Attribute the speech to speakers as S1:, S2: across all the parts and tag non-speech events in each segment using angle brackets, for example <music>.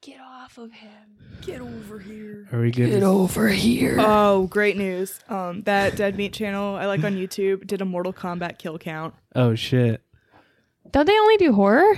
S1: Get off of him.
S2: Get over here.
S3: Are we good?
S1: Get over here.
S2: Oh, great news. Um, that Dead Meat channel I like on YouTube did a Mortal Kombat kill count.
S3: oh shit!
S1: Don't they only do horror?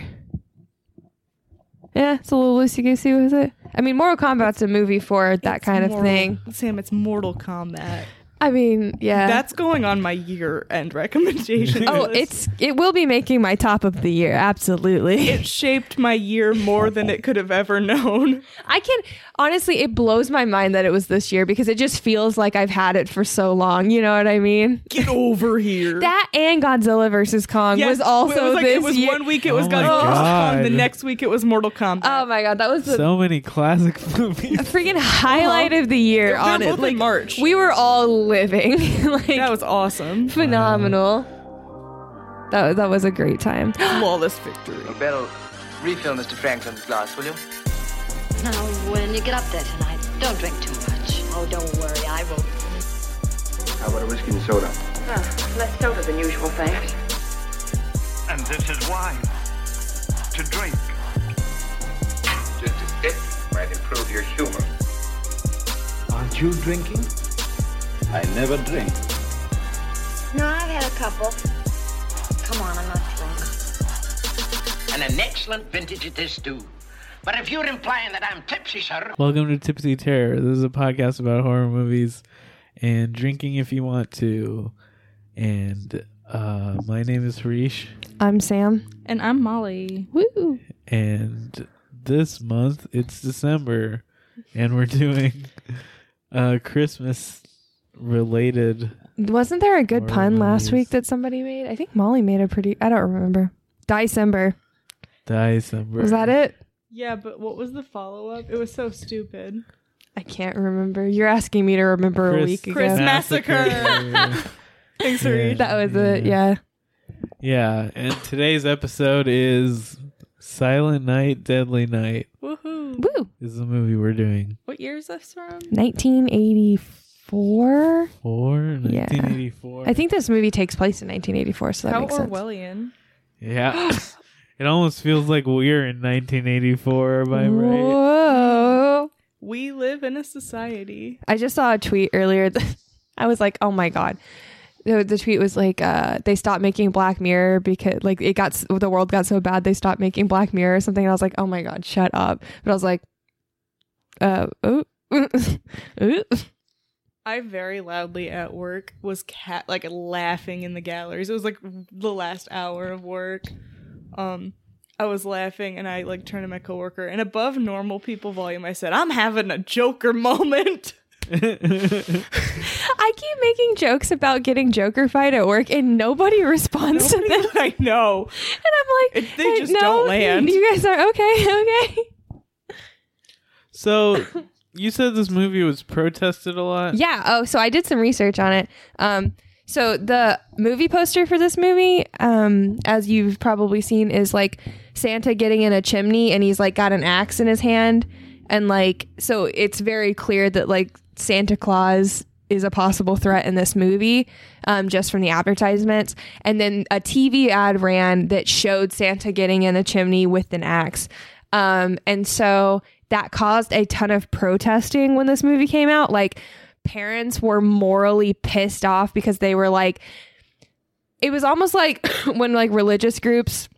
S1: Yeah, it's a little loosey goosey with it. I mean, Mortal Kombat's a movie for that
S2: It's
S1: kind of
S2: Mortal-
S1: thing. Uh,
S2: Sam, it's Mortal Kombat.
S1: I mean, yeah.
S2: That's going on my year end recommendation.
S1: <laughs> oh,
S2: list.
S1: it's it will be making my top of the year. Absolutely.
S2: it shaped my year more than it could have ever known.
S1: <laughs> I can honestly, it blows my mind that it was this year because it just feels like I've had it for so long. You know what I mean?
S2: Get over here.
S1: That and Godzilla versus Kong
S2: Yes,
S1: was also
S2: it was like,
S1: this
S2: it was
S1: year.
S2: one week it was
S3: Oh my
S2: Godzilla vs. Kong, the
S3: God.
S2: next week it was Mortal Kombat.
S1: oh my god, that was the
S3: So many classic <laughs> movies.
S1: <laughs> freaking highlight of the year.
S2: Uh-huh. They're
S1: On
S2: both
S1: it,
S2: in
S1: like
S2: March.
S1: we were all living <laughs> like
S2: that was
S1: <laughs>
S2: awesome.
S1: phenomenal. That that was a great time. <gasps>
S2: Flawless victory.
S4: Bell, refill Mr. Franklin's glass, will you?
S5: Now, when you get up there tonight, don't drink too much. Oh, don't worry, I won't.
S4: How about a whiskey and soda?
S6: Ah, Less soda than usual, thanks.
S7: And this is wine to drink.
S4: Just a sip might improve your humor.
S8: Aren't you drinking? I never drink.
S5: No, I've had a couple. Come on, I'm not drunk.
S9: and an excellent vintage it is too. But if you're implying that I'm tipsy, sir,
S3: Welcome to Tipsy Terror. This is a podcast about horror movies and drinking if you want to. And uh, my name is Harish,
S1: I'm Sam.
S2: And I'm Molly.
S1: Woo!
S3: and this month it's December, and we're <laughs> doing uh, Christmas related.
S1: Wasn't there a good
S3: Horror
S1: pun last
S3: movies.
S1: week that somebody made? I think Molly made a pretty. I don't remember. December
S3: December.
S1: was that it?
S2: Yeah, but what was the follow up? It was so stupid.
S1: I can't remember. You're asking me to remember a
S3: Chris-
S1: week ago.
S2: Chris Massacre.
S3: <laughs> Thanks,
S2: Harish.
S1: That was it. Yeah.
S3: Yeah, and today's episode is Silent Night, Deadly Night.
S2: Woohoo.
S1: Woo!
S3: Is the movie we're doing
S2: What year is this from?
S1: 1984.
S3: for
S1: Yeah.
S3: 1984.
S1: I think this movie takes place in 1984, so that
S2: How
S1: makes sense.
S2: Orwellian.
S3: Yeah, <laughs> it almost feels like we're in 1984. Am I right?
S1: Whoa!
S2: We live in a society.
S1: I just saw a tweet earlier. that- <laughs> I was like, oh my god. The, the tweet was like, uh, they stopped making Black Mirror because like it got s- the world got so bad they stopped making Black Mirror or something. And I was like, oh my god, shut up. But I was like, uh, <laughs> oh. oh.
S2: I very loudly at work was cat like laughing in the galleries. It was like the last hour of work. Um I was laughing and I like turned to my coworker and above normal people volume I said, "I'm having a Joker <laughs> moment."
S1: I keep making jokes about getting Joker fight at work, and nobody responds to them.
S2: Nobody- I know.
S1: <laughs>
S2: It-
S1: And I'm like,
S2: they
S1: "Hey,
S2: just
S1: no,
S2: don't land."
S1: You guys are okay, <laughs> okay.
S3: <laughs> So you said this movie was protested a lot.
S1: Yeah. Oh, so I did some research on it. Um, so the movie poster for this movie, um, as you've probably seen, is like Santa getting in a chimney and he's like got an axe in his hand, and like so it's very clear that like Santa Claus is a possible threat in this movie, um, just from the advertisements. And then a TV ad ran that showed Santa getting in a chimney with an axe. Um, and so that caused a ton of protesting when this movie came out. Like, parents were morally pissed off because they were like, it was almost like <clears throat> when like religious groups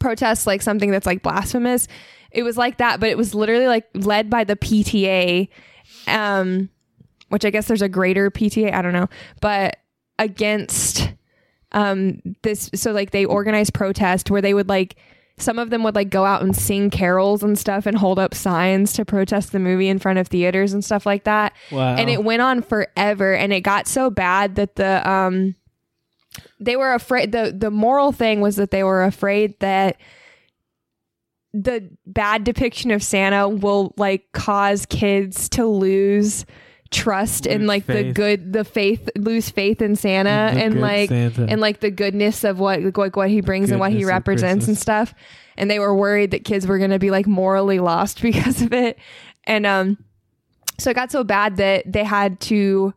S1: protest like something that's like blasphemous. It was like that, but it was literally like led by the PTA, um, which I guess there's a greater PTA, I don't know, but against um this so like they organized protest where they would like some of them would like go out and sing carols and stuff and hold up signs to protest the movie in front of theaters and stuff like that.
S3: Wow.
S1: And it went on forever and it got so bad that the um they were afraid the the moral thing was that they were afraid that the bad depiction of Santa will like cause kids to lose trust in
S3: Lose
S1: like the
S3: faith.
S1: good the faith lose faith in Santa
S3: The
S1: and
S3: good
S1: like
S3: Santa.
S1: and like the goodness of what like what he brings and what he
S3: goodness of
S1: represents and
S3: Christmas.
S1: stuff and they were worried that kids were going to be like morally lost <laughs> because of it and um so it got so bad that they had to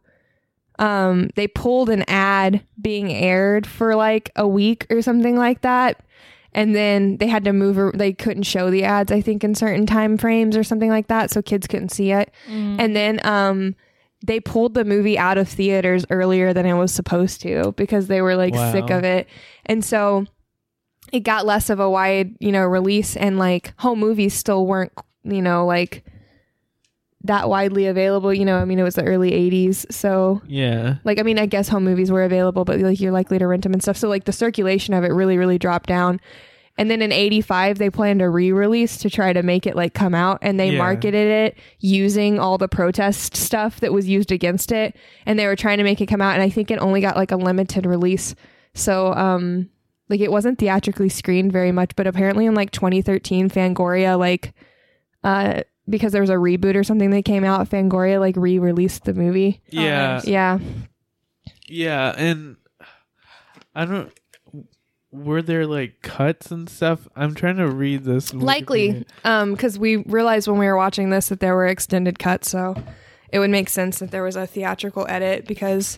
S1: um they pulled an ad being aired for like a week or something like that and then they had to move or they couldn't show the ads i think in certain time frames or something like that so kids couldn't see it and then um they pulled the movie out of theaters earlier than it was supposed to because they were like sick
S3: Wow.
S1: of it and so it got less of a wide you know release and like home movies still weren't you know like that widely available you know i mean it was the early 80s so
S3: Yeah.
S1: like i mean i guess home movies were available but like you're likely to rent them and stuff so like the circulation of it really really dropped down and then in 85 they planned a re-release to try to make it like come out and they
S3: Yeah.
S1: marketed it using all the protest stuff that was used against it and they were trying to make it come out and i think it only got like a limited release so um like it wasn't theatrically screened very much but apparently in like 2013 fangoria like uh because there was a reboot or something that came out fangoria like re-released the movie
S3: Yeah.
S1: yeah
S3: Yeah, and I don't. Were there like cuts and stuff? I'm trying to read this. in
S1: likely
S3: Wikipedia.
S1: um because we realized when we were watching this that there were extended cuts so it would make sense that there was a theatrical edit because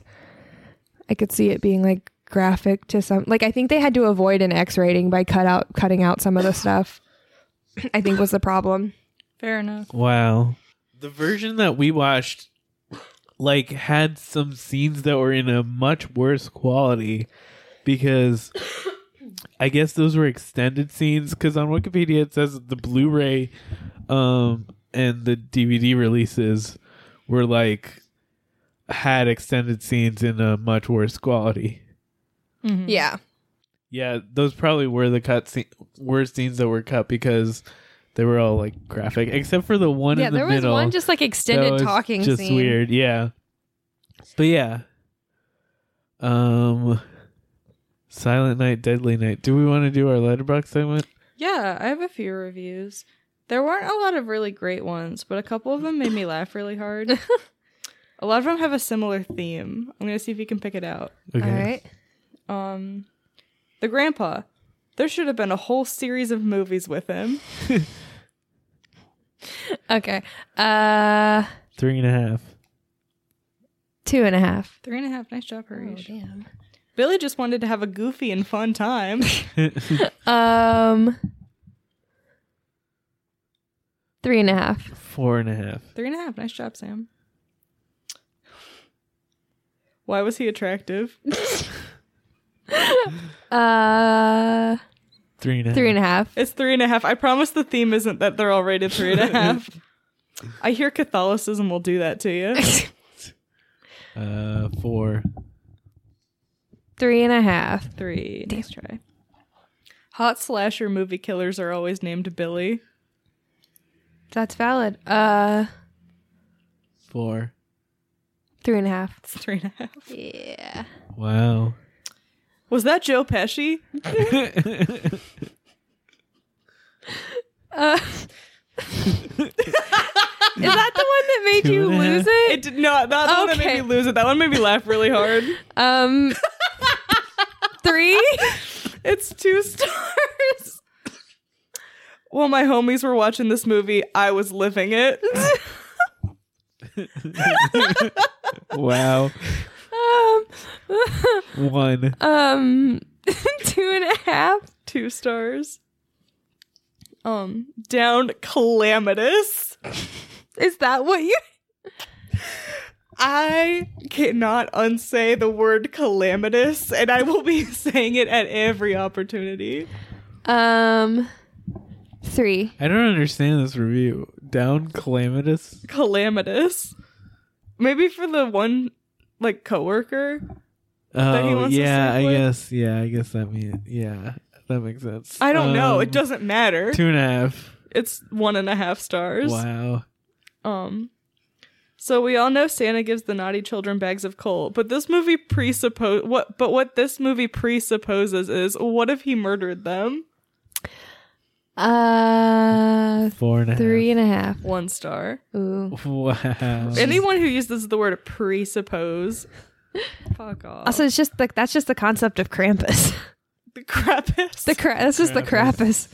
S1: i could see it being like graphic to some like i think they had to avoid an x rating by cut out cutting out some of the stuff <laughs> i think was the problem
S2: Fair enough.
S3: Wow. The version that we watched like had some scenes that were in a much worse quality because I guess those were extended scenes cuz on Wikipedia it says that the Blu-ray um and the DVD releases were like had extended scenes in a much worse quality.
S2: Mm-hmm.
S1: yeah
S3: Yeah, those probably were the cut scene, were scenes that were cut because they were all like graphic, except for the one
S1: yeah
S3: in the
S1: there was
S3: middle.
S1: one just like
S3: that
S1: extended
S3: was
S1: talking
S3: just
S1: scene
S3: weird. Yeah, but yeah. Um, Silent Night, Deadly Night. Do we want to do our letterbox segment?
S2: Yeah, I have a few reviews. There weren't a lot of really great ones, but a couple of them made me laugh really hard. a lot of them have a similar theme. I'm gonna see if you can pick it out.
S3: Okay.
S1: all right
S2: Um, the grandpa. There should have been a whole series of movies with him.
S1: okay uh
S3: Three and a half.
S1: two and a half
S2: Three and a half. Nice job, Harish. Billy just wanted to have a goofy and fun time.
S1: um three and a half
S3: Four and a half.
S2: Three and a half. Nice job, Sam. Why was he attractive?
S1: Uh,
S3: Three and a half.
S1: three and a half.
S2: It's three and a half. I promise the theme isn't that they're all rated three and a half. I hear Catholicism will do that to you.
S3: Uh, four.
S1: Three and a half.
S2: Three. Nice try. Hot slasher movie killers are always named Billy.
S1: That's valid. Uh,
S3: Four.
S1: three and a half.
S2: It's three and a half.
S1: Yeah.
S3: Wow. <laughs>
S2: Was that Joe Pesci?
S1: Uh, is that the one that made
S3: Two
S1: you
S3: and a half.
S1: lose it?
S2: It did not. That one that
S1: Okay.
S2: made me lose it. That one made me laugh really hard.
S1: <laughs> Um, three.
S2: It's two stars. While my homies were watching this movie, I was living it.
S3: wow.
S2: <laughs>
S1: Um,
S3: One.
S2: Uh,
S1: um, two and a half.
S2: two stars. Um, down calamitous.
S1: Is that what you?
S2: <laughs> I cannot unsay the word calamitous, and I will be <laughs> saying it at every opportunity.
S1: Um, three.
S3: I don't understand this review. Down calamitous.
S2: Calamitous. Maybe for the one like coworker.
S3: Oh
S2: he wants to
S3: yeah, I
S2: sleep with?
S3: guess. Yeah, I guess that means. Yeah, that makes sense.
S2: I don't know. It
S3: Um,
S2: doesn't matter.
S3: Two and a half.
S2: It's one and a half stars.
S3: Wow.
S2: Um, so we all know Santa gives the naughty children bags of coal, but this movie presuppose what? But what this movie presupposes is what if he murdered them?
S1: Uh,
S3: Four and a half.
S1: three and a half.
S2: One star.
S1: Ooh.
S3: Wow.
S2: Anyone who uses the word presuppose, fuck off.
S1: Also, it's just like that's just the concept of Krampus. <laughs>
S2: the crap is.
S1: The cra- that's just the Krampus.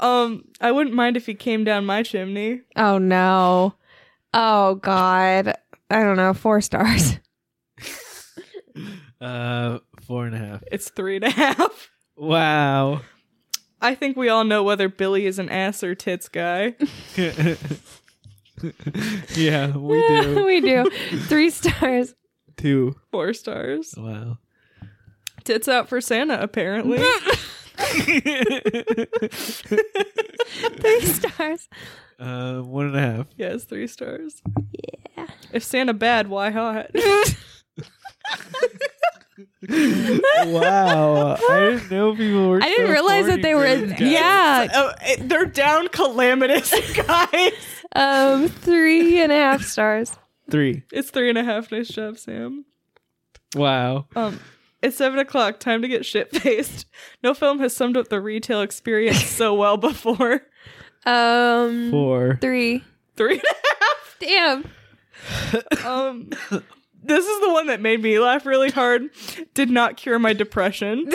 S2: um, I wouldn't mind if he came down my chimney.
S1: Oh no. Oh god. I don't know. Four stars.
S3: uh, four and a half.
S2: It's three and a <laughs> half.
S3: Wow. <laughs>
S2: I think we all know whether Billy is an ass or tits guy. <laughs>
S3: yeah, we do.
S1: <laughs> we do. Three stars.
S3: Two.
S2: Four stars.
S3: Wow. <laughs>
S2: Tits out for Santa, apparently.
S1: <laughs> Three stars.
S3: uh, one and a half.
S2: yes, three stars. Yeah. If Santa bad, why hot? <laughs>
S3: Wow. I didn't know people were.
S1: I didn't
S3: so
S1: realize that
S3: horny
S1: they
S3: for
S1: were.
S3: this guy.
S1: Yeah.
S2: oh, it- they're down calamitous, <laughs> guys.
S1: Um, three and a half stars.
S3: Three.
S2: It's three and a half. Nice job, Sam.
S3: Wow.
S2: Um, it's seven o'clock. Time to get shit faced. No film has summed up the retail experience so well before. <laughs>
S1: Um,
S3: Four.
S1: three.
S2: Three and a half.
S1: Damn.
S2: Um, this is the one that made me laugh really hard. Did not cure my depression.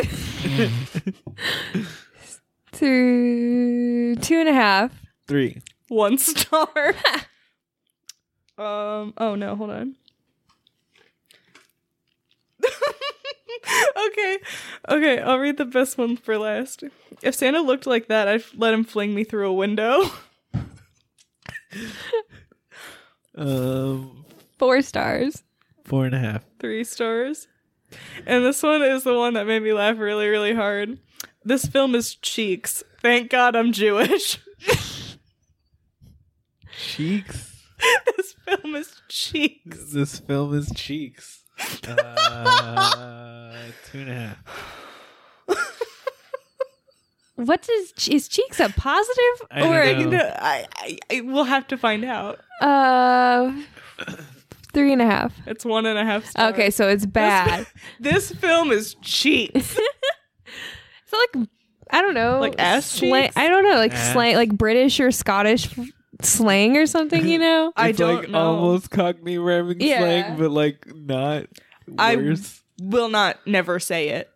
S1: Two, two and a half.
S3: Three.
S2: One <laughs> star. um. Oh no. Hold on. <laughs> okay. Okay. I'll read the best one for last. If Santa looked like that, I'd let him fling me through a window. <laughs>
S3: Um,
S1: Four stars.
S3: four and a half.
S2: three stars. And this one is the one that made me laugh really, really hard. This film is cheeks. Thank God I'm Jewish. <laughs>
S3: Cheeks.
S2: this film is cheeks.
S3: This film is cheeks. Uh, <laughs> two and a half.
S1: What does is cheeks a positive
S3: I
S1: or
S3: don't know.
S2: No, I, I, I will have to find out.
S1: uh three and a half?
S2: It's one and a half stars.
S1: Okay, so it's bad.
S2: <laughs> This film is cheeks.
S1: So like I don't know,
S2: Like ass cheeks?
S1: I don't know, like
S3: Ass.
S1: slang, like British or Scottish f- slang or something. You know,
S2: I
S3: It's
S2: don't
S3: like
S2: know.
S3: almost Cockney rhyming
S1: Yeah.
S3: slang, but like not
S2: I-
S3: worse.
S2: will not never say it.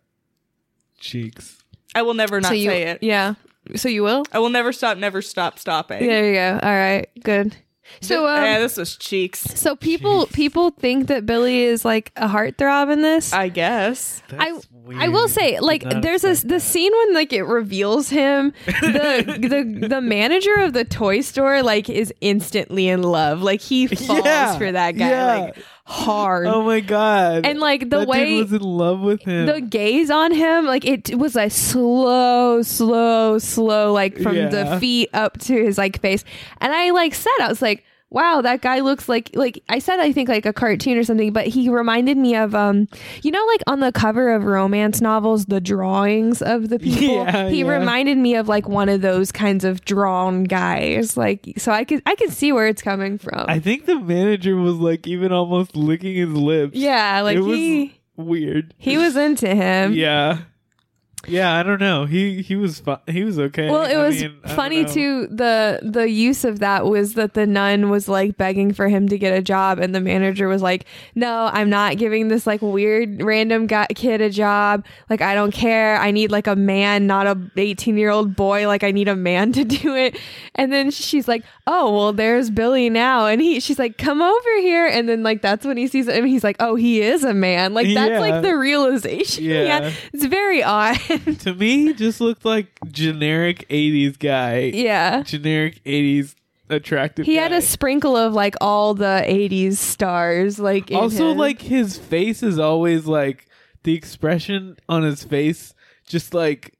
S3: Cheeks.
S2: I will never not
S1: so you,
S2: say it.
S1: yeah. So you will.
S2: I will never stop, never stop stopping.
S1: There you go. All right, good. So um,
S2: yeah, this was cheeks.
S1: so people people think that Billy is like a heartthrob in this.
S2: I guess.
S1: I
S3: That's weird.
S1: I will say like
S3: Did not
S1: there's
S3: expect
S1: this the scene when like it reveals him
S3: <laughs>
S1: the the the manager of the toy store like is instantly in love like he
S3: <laughs>
S1: falls
S3: Yeah,
S1: for that guy
S3: yeah.
S1: like hard
S3: Oh my god!
S1: and like the
S3: that
S1: way
S3: dude was in love with him.
S1: the gaze on him like it was a slow slow slow like from
S3: Yeah.
S1: the feet up to his like face and i like said i was like wow that guy looks like like i said i think like a cartoon or something but he reminded me of um you know like on the cover of romance novels the drawings
S3: <laughs>
S1: of the people
S3: Yeah,
S1: he
S3: yeah.
S1: reminded me of like one of those kinds of drawn guys like so i could i could see where it's coming from
S3: I think the manager was like even almost licking his lips.
S1: yeah like
S3: it was
S1: he
S3: weird.
S1: he was into him
S3: Yeah, yeah. I don't know. He he was fu- he was okay.
S1: Well, it
S3: I
S1: was
S3: mean, I don't
S1: funny
S3: know.
S1: too. The the use of that was that the nun was like begging for him to get a job, and the manager was like, "No, I'm not giving this like weird random guy, kid a job. Like I don't care. I need like a man, not a 18 year old boy. Like I need a man <laughs> to do it." And then she's like, "Oh well, there's Billy now," and he she's like, "Come over here," and then like that's when he sees him. He's like, "Oh, he is a man." Like that's
S3: Yeah.
S1: like the realization. <laughs> Yeah,
S3: Yeah.
S1: it's very odd. <laughs>
S3: To me, he just looked like generic '80s guy.
S1: yeah.
S3: generic '80s attractive.
S1: He had
S3: guy.
S1: a sprinkle of like all the '80s stars, like in
S3: also
S1: him.
S3: like his face is always like the expression on his face just like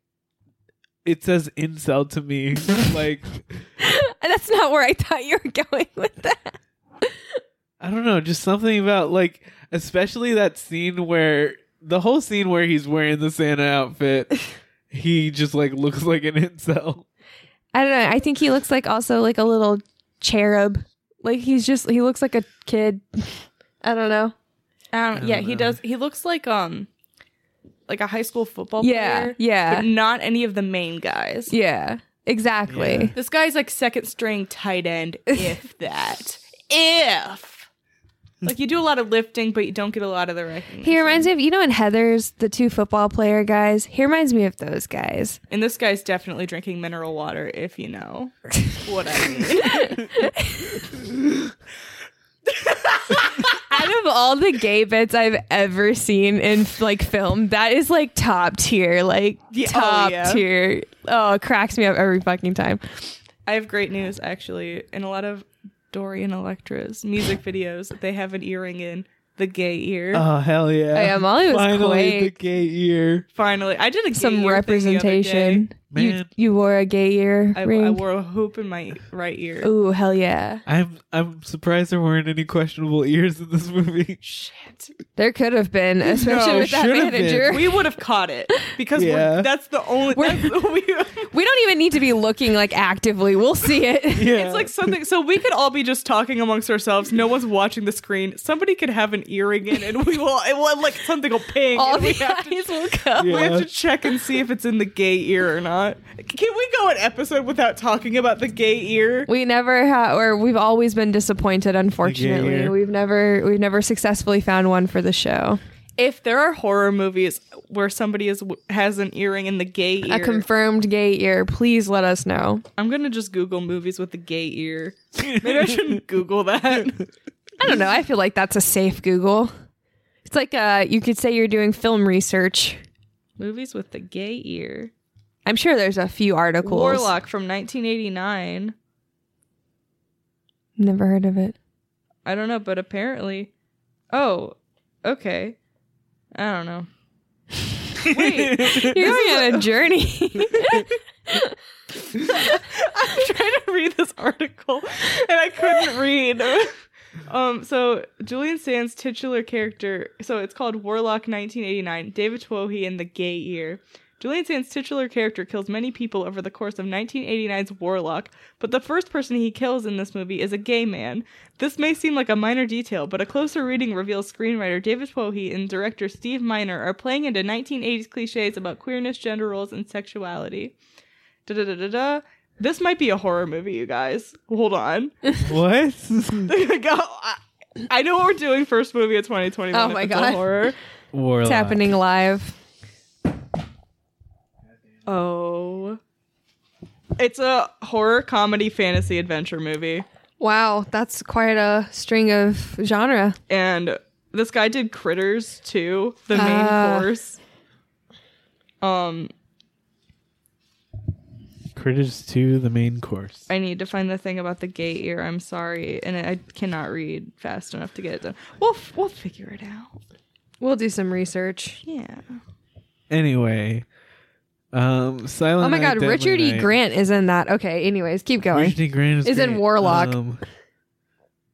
S3: it says incel to <laughs> me like
S1: <laughs> that's not where I thought you were going with that.
S3: i don't know just something about like especially that scene where the whole scene where he's wearing the santa <laughs> outfit he just like looks like an incel
S1: I don't know. I think he looks like also like a little cherub. Like he's just he looks like a kid. <laughs> I don't know.
S2: Um, yeah, he
S3: know.
S2: does. He looks like um, like a high school football
S1: Yeah,
S2: player.
S1: yeah,
S2: but not any of the main guys.
S1: yeah. Exactly.
S3: Yeah.
S2: This guy's like second string tight
S1: <laughs>
S2: end, if that. if. Like you do a lot of lifting, but you don't get a lot of the recognition.
S1: He reminds me of you know in Heather's the two football player guys. He reminds me of those guys.
S2: and this guy's definitely drinking mineral water, if you know what I mean.
S1: Out of all the gay bits I've ever seen in like film, that is like top tier, like
S2: Yeah, oh,
S1: top
S2: yeah.
S1: tier. Oh, it cracks me up every fucking time.
S2: I have great news actually. In a lot of Dorian Electra's music videos, they have an earring in the gay ear.
S3: Oh hell yeah!
S1: Oh, yeah, Molly was
S3: finally the
S1: quaked.
S3: gay ear.
S2: Finally, I did a gay ear thing
S1: Some
S2: the other day.
S1: representation. You
S3: Man.
S1: you wore a gay ear
S2: I,
S1: ring.
S2: I wore a hoop in my right
S1: <laughs>
S2: ear.
S1: Ooh, hell yeah!
S3: I'm I'm surprised there weren't any questionable ears in this movie.
S2: Shit.
S1: There could have been, especially
S3: No,
S1: with that
S3: should have been.
S1: manager.
S2: We would have caught it because
S3: Yeah.
S2: we're, that's the only.
S1: We're-
S2: That's,
S1: <laughs>
S2: we,
S1: We don't even need to be looking like actively. We'll see
S2: <laughs>
S1: it.
S3: Yeah,
S2: it's like something. So we could all be just talking amongst ourselves. No one's watching the screen. Somebody could have an earring in, and we will. It will like something will ping.
S1: <laughs> All
S2: and we
S1: the
S2: have to-
S1: eyes will go.
S2: We have
S3: Yeah.
S2: to check and see if it's in the gay ear or not. Can we go an episode without talking about the gay ear?
S1: We never have, or we've always been disappointed. Unfortunately,
S3: yeah.
S1: we've never we've never successfully found one for the show.
S2: If there are horror movies where somebody is has an earring in the gay ear,
S1: A confirmed gay ear. Please let us know.
S2: I'm gonna just Google movies with the gay <laughs> ear. Maybe I shouldn't Google <laughs> that.
S1: I don't know. I feel like that's a safe Google. It's like uh, you could say you're doing film research.
S2: movies with the gay ear.
S1: I'm sure there's a few articles.
S2: Warlock from 1989.
S1: Never heard of <laughs> it.
S2: I don't know, but apparently, oh, okay. I don't know. Wait,
S1: You're going on a <laughs> journey.
S2: I'm trying to read this article and I couldn't read. Um, so Julian Sand's titular character, so it's called Warlock 1989, David Twohy and the Gay Ear. Julian Sand's titular character kills many people over the course of 1989's Warlock, but the first person he kills in this movie is a gay man. This may seem like a minor detail, but a closer reading reveals screenwriter David Twohy and director Steve Miner are playing into 1980s cliches about queerness, gender roles, and sexuality. Da da da da da. This might be a horror movie, you guys. Hold on.
S1: <laughs>
S2: <laughs>
S3: what?
S2: Go- I- I know what we're doing. First movie of 2021.
S1: Oh
S2: if
S1: my
S2: it's a
S1: God.
S2: horror.
S3: Warlock.
S1: it's happening live.
S2: Oh. It's a horror comedy fantasy adventure movie.
S1: Wow, that's quite a string of genre.
S2: And this guy did Critters too, the main
S1: Ah.
S2: course. Um,
S3: Critters two, the main course.
S2: I need to find the thing about the gay ear. I'm sorry, and I cannot read fast enough to get it done. We'll f- we'll figure it out.
S1: We'll do some research.
S2: Yeah.
S3: Anyway, um, Silent.
S1: Oh my
S3: Night,
S1: god,
S3: Deadly
S1: Richard E.
S3: Night.
S1: Grant is in that. Okay, anyways, keep going.
S3: Richard E. Grant is,
S1: Is in
S3: great.
S1: Warlock.
S3: Um,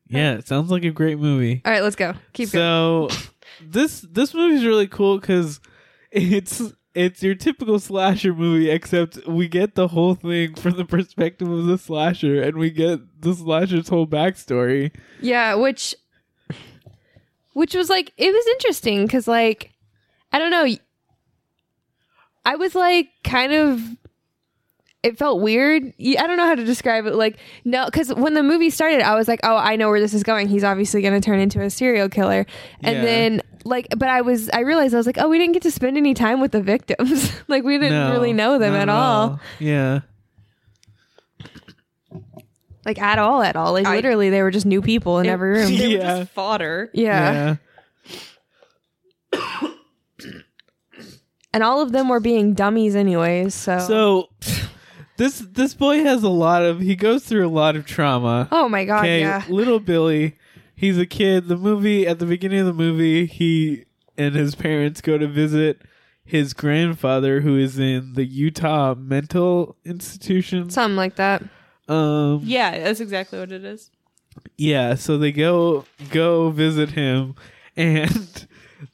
S3: yeah, it sounds like a great movie.
S1: All right, let's go. Keep going.
S3: so this this movie's really cool because it's it's your typical slasher movie except we get the whole thing from the perspective of the slasher and we get the slasher's whole backstory
S1: Yeah, which which was like it was interesting cuz like I don't know I was like kind of it felt weird. Y- I don't know how to describe it. Like, no, because when the movie started, I was like, oh, I know where this is going. He's obviously going to turn into a serial killer. And
S3: Yeah.
S1: then, like, but I was, I realized I was like, oh, we didn't get to spend any time with the victims. <laughs> like, we didn't
S3: No,
S1: really know them
S3: not
S1: at all.
S3: yeah
S1: Like, at all, at all. Like,
S2: I-
S1: literally, they were just new people in
S2: It- <laughs>
S1: every room.
S2: They were
S3: Yeah.
S2: just fodder.
S1: yeah.
S3: yeah
S1: and all of them were being dummies anyways so,
S3: so this this boy has a lot of he goes through a lot of trauma
S1: oh my god
S3: Okay,
S1: yeah
S3: little Billy, he's a kid. The movie at the beginning of the movie, he and his parents go to visit his grandfather, who is in the Utah mental institution.
S1: something like that
S3: Um,
S2: Yeah, that's exactly what it is.
S3: yeah, so they go go visit him, <laughs> and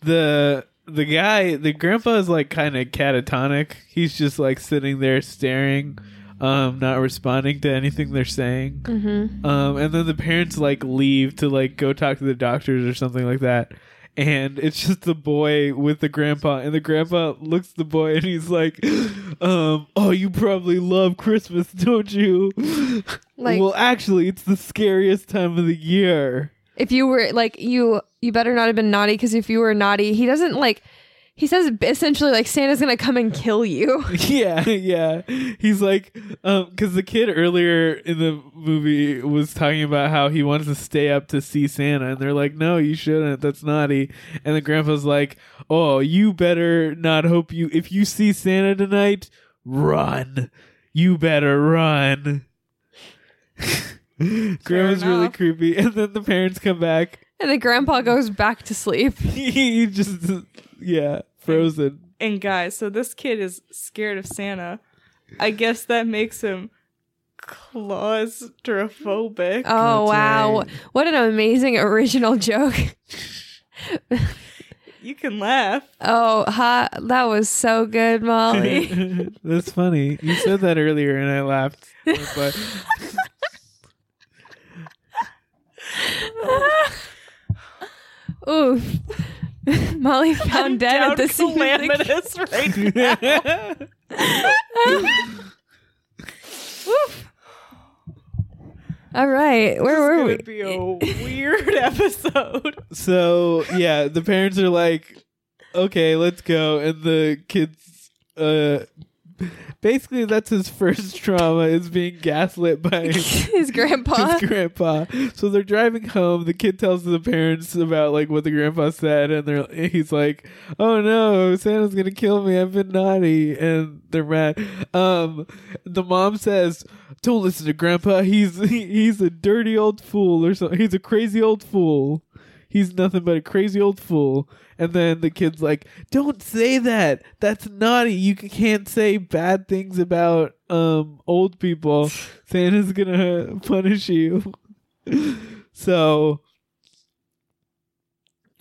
S3: the the guy, the grandpa is like kind of catatonic. He's just like sitting there staring, um, not responding to anything they're saying.
S1: mm-hmm.
S3: Um, and then the parents like leave to like go talk to the doctors or something like that. And it's just the boy with the grandpa, and the grandpa looks at the boy and he's like, um, "Oh, you probably love Christmas, don't you?"
S1: Like-
S3: well, actually, it's the scariest time of the year.
S1: if you were like you you better not have been naughty because if you were naughty he doesn't like he says essentially like Santa's gonna come and kill you. <laughs>
S3: <laughs> Yeah, yeah. He's like, um, because the kid earlier in the movie was talking about how he wants to stay up to see Santa, and they're like, no, you shouldn't. That's naughty. And the grandpa's like, oh, you better not hope you, if you see Santa tonight, run. You better run. <laughs> Grandma's really
S2: enough.
S3: creepy. And then the parents come back. <laughs>
S1: And then grandpa goes back to sleep.
S3: he just, yeah, frozen.
S2: And guys, so this kid is scared of Santa. I guess that makes him claustrophobic.
S1: Oh
S3: That's
S1: wow.
S3: right.
S1: What an amazing original <laughs> joke.
S2: you can laugh.
S1: Oh, ha, that was so good, Molly.
S3: <laughs> That's funny. You said that earlier and I laughed. But <laughs>
S1: <laughs> Oof. Molly found
S2: I'm
S1: dead
S2: down <laughs>
S1: at the scene. of the-
S2: calamitous <laughs> right now.
S1: All right, where
S2: It's
S1: were
S2: gonna
S1: we?
S2: be a weird <laughs> episode.
S3: so yeah, the parents are like, "Okay, let's go," and the kids, uh, basically that's his first trauma is being gaslit by his
S1: <laughs> His grandpa.
S3: grandpa. So they're driving home. The kid tells the parents about like what the grandpa said, and they're and he's like, "Oh no, Santa's gonna kill me. I've been naughty," and they're mad. Um, the mom says, "Don't listen to grandpa. He's he's a dirty old fool or something. He's a crazy old fool." He's nothing but a crazy old fool. And then the kid's like, "Don't say that. That's naughty. You c- can't say bad things about um old people. Santa's gonna <laughs> punish you." so,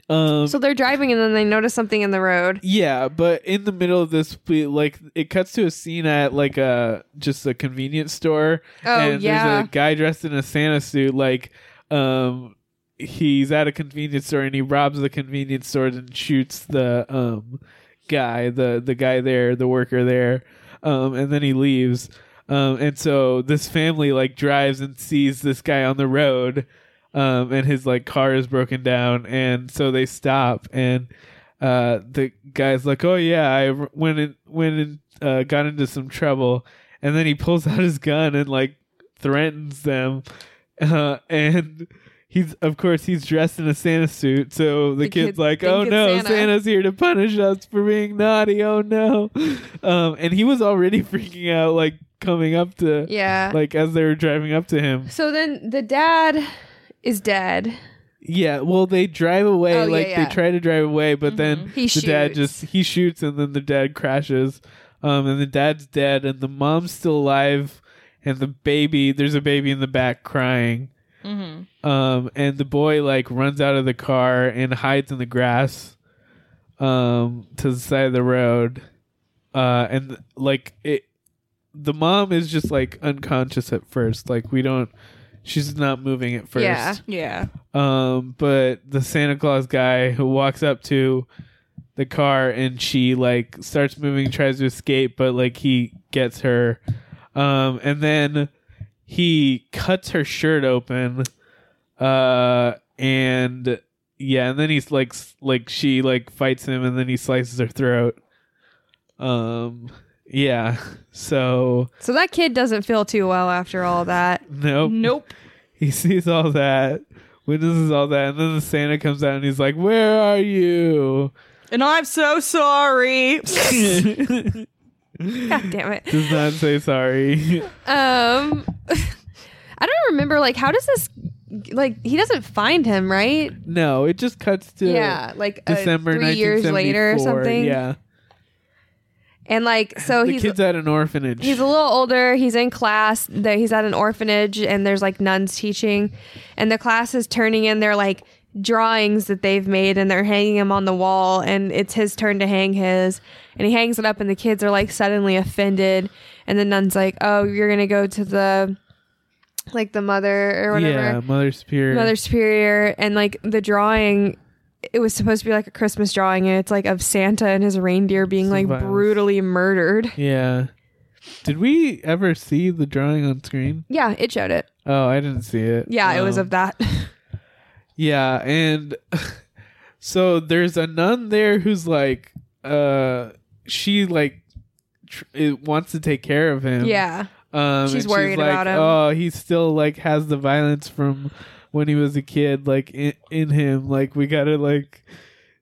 S3: um,
S1: so they're driving and then they notice something in the road.
S3: yeah, but in the middle of this, we, like it cuts to a scene at like a just a convenience store,
S1: Oh,
S3: and
S1: yeah.
S3: there's a guy dressed in a Santa suit, like um, he's at a convenience store and he robs the convenience store and shoots the um guy, the the guy there, the worker there, um, and then he leaves. Um, and so this family like drives and sees this guy on the road, um, and his like car is broken down, and so they stop and uh, the guy's like, "Oh yeah, I r- went in, went in, uh, got into some trouble," and then he pulls out his gun and like threatens them, uh, and he's of course he's dressed in a Santa suit, so the,
S1: The
S3: kid's
S1: kids
S3: like,
S1: think
S3: "Oh
S1: it's
S3: no,
S1: Santa."
S3: Santa's here to punish us for being naughty! Oh no!" Um, and he was already <laughs> freaking out, like coming up to,
S1: Yeah.
S3: like as they were driving up to him.
S1: so then the dad is dead.
S3: Yeah, well, they drive away.
S1: Oh, yeah,
S3: like
S1: yeah. Mm-hmm.
S3: they try to drive away, but then
S1: He
S3: the dad
S1: shoots.
S3: just he shoots, and then the dad crashes. Um, and the dad's dead, and the mom's still alive, and the baby. There's a baby in the back crying.
S2: Mm-hmm.
S3: Um, and the boy like runs out of the car and hides in the grass, um, to the side of the road. Uh, and like it, the mom is just like unconscious at first. Like we don't, she's not moving at first.
S1: Yeah.
S2: Yeah.
S3: Um, but the Santa Claus guy who walks up to the car and she like starts moving, tries to escape, but like he gets her. Um, and then he cuts her shirt open. Uh, and yeah, and then he's like, s- like she like fights him, and then he slices her throat. Um, yeah. <laughs> So
S1: So that kid doesn't feel too well after all
S3: <laughs>
S1: that.
S3: nope.
S2: Nope.
S3: He sees all that, witnesses all that, and then the Santa comes out and he's like, "Where are you?"
S2: And I'm so
S1: <laughs>
S2: sorry.
S3: Does
S1: God damn it.
S3: not say sorry.
S1: Um, <laughs> I don't remember. Like, how does this? Like, he doesn't find him, right?
S3: no, it just cuts to
S1: yeah, like uh,
S3: December
S1: three years later or
S3: 1974.
S1: something.
S3: Yeah,
S1: and like so
S3: the
S1: he's
S3: kid's at an orphanage.
S1: he's a little older. He's in class. That he's at an orphanage, and there's like nuns teaching, and the class is turning in their like drawings that they've made, and they're hanging them on the wall, and it's his turn to hang his, and he hangs it up, and the kids are like suddenly offended, and the nun's like, "Oh, you're gonna go to the." Like the mother or whatever.
S3: yeah, Mother Superior.
S1: Mother Superior, and like the drawing, it was supposed to be like a Christmas drawing, and it's like of Santa and his reindeer being like
S3: violence.
S1: brutally murdered.
S3: yeah. Did we ever see the drawing on screen?
S1: Yeah, it showed it.
S3: Oh, I didn't see it.
S1: Yeah, it was
S3: Um,
S1: of that.
S3: <laughs> Yeah, and so there's a nun there who's like uh, she like tr- it wants to take care of him.
S1: <laughs> Yeah.
S3: Um,
S1: She's
S3: and
S1: worried
S3: like,
S1: about him.
S3: Oh, he still like has the violence from when he was a kid, like in, in him. Like we gotta like <laughs>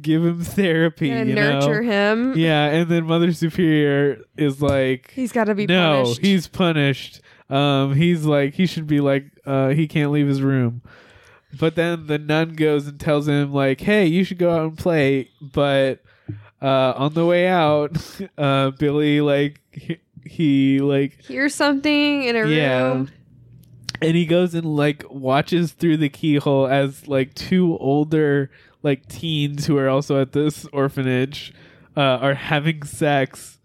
S3: give him therapy,
S1: Gonna
S3: you
S1: nurture
S3: know.
S1: him.
S3: Yeah, and then Mother Superior is like,
S1: He's got to be
S3: no,
S1: punished.
S3: he's punished. Um, he's like, he should be like, uh, he can't leave his room. But then the nun goes and tells him like, hey, you should go out and play. But uh, on the way out, <laughs> uh, Billy like he, he like
S1: hears something in a room.
S3: and he goes and like watches through the keyhole as like two older like teens who are also at this orphanage uh, are having sex,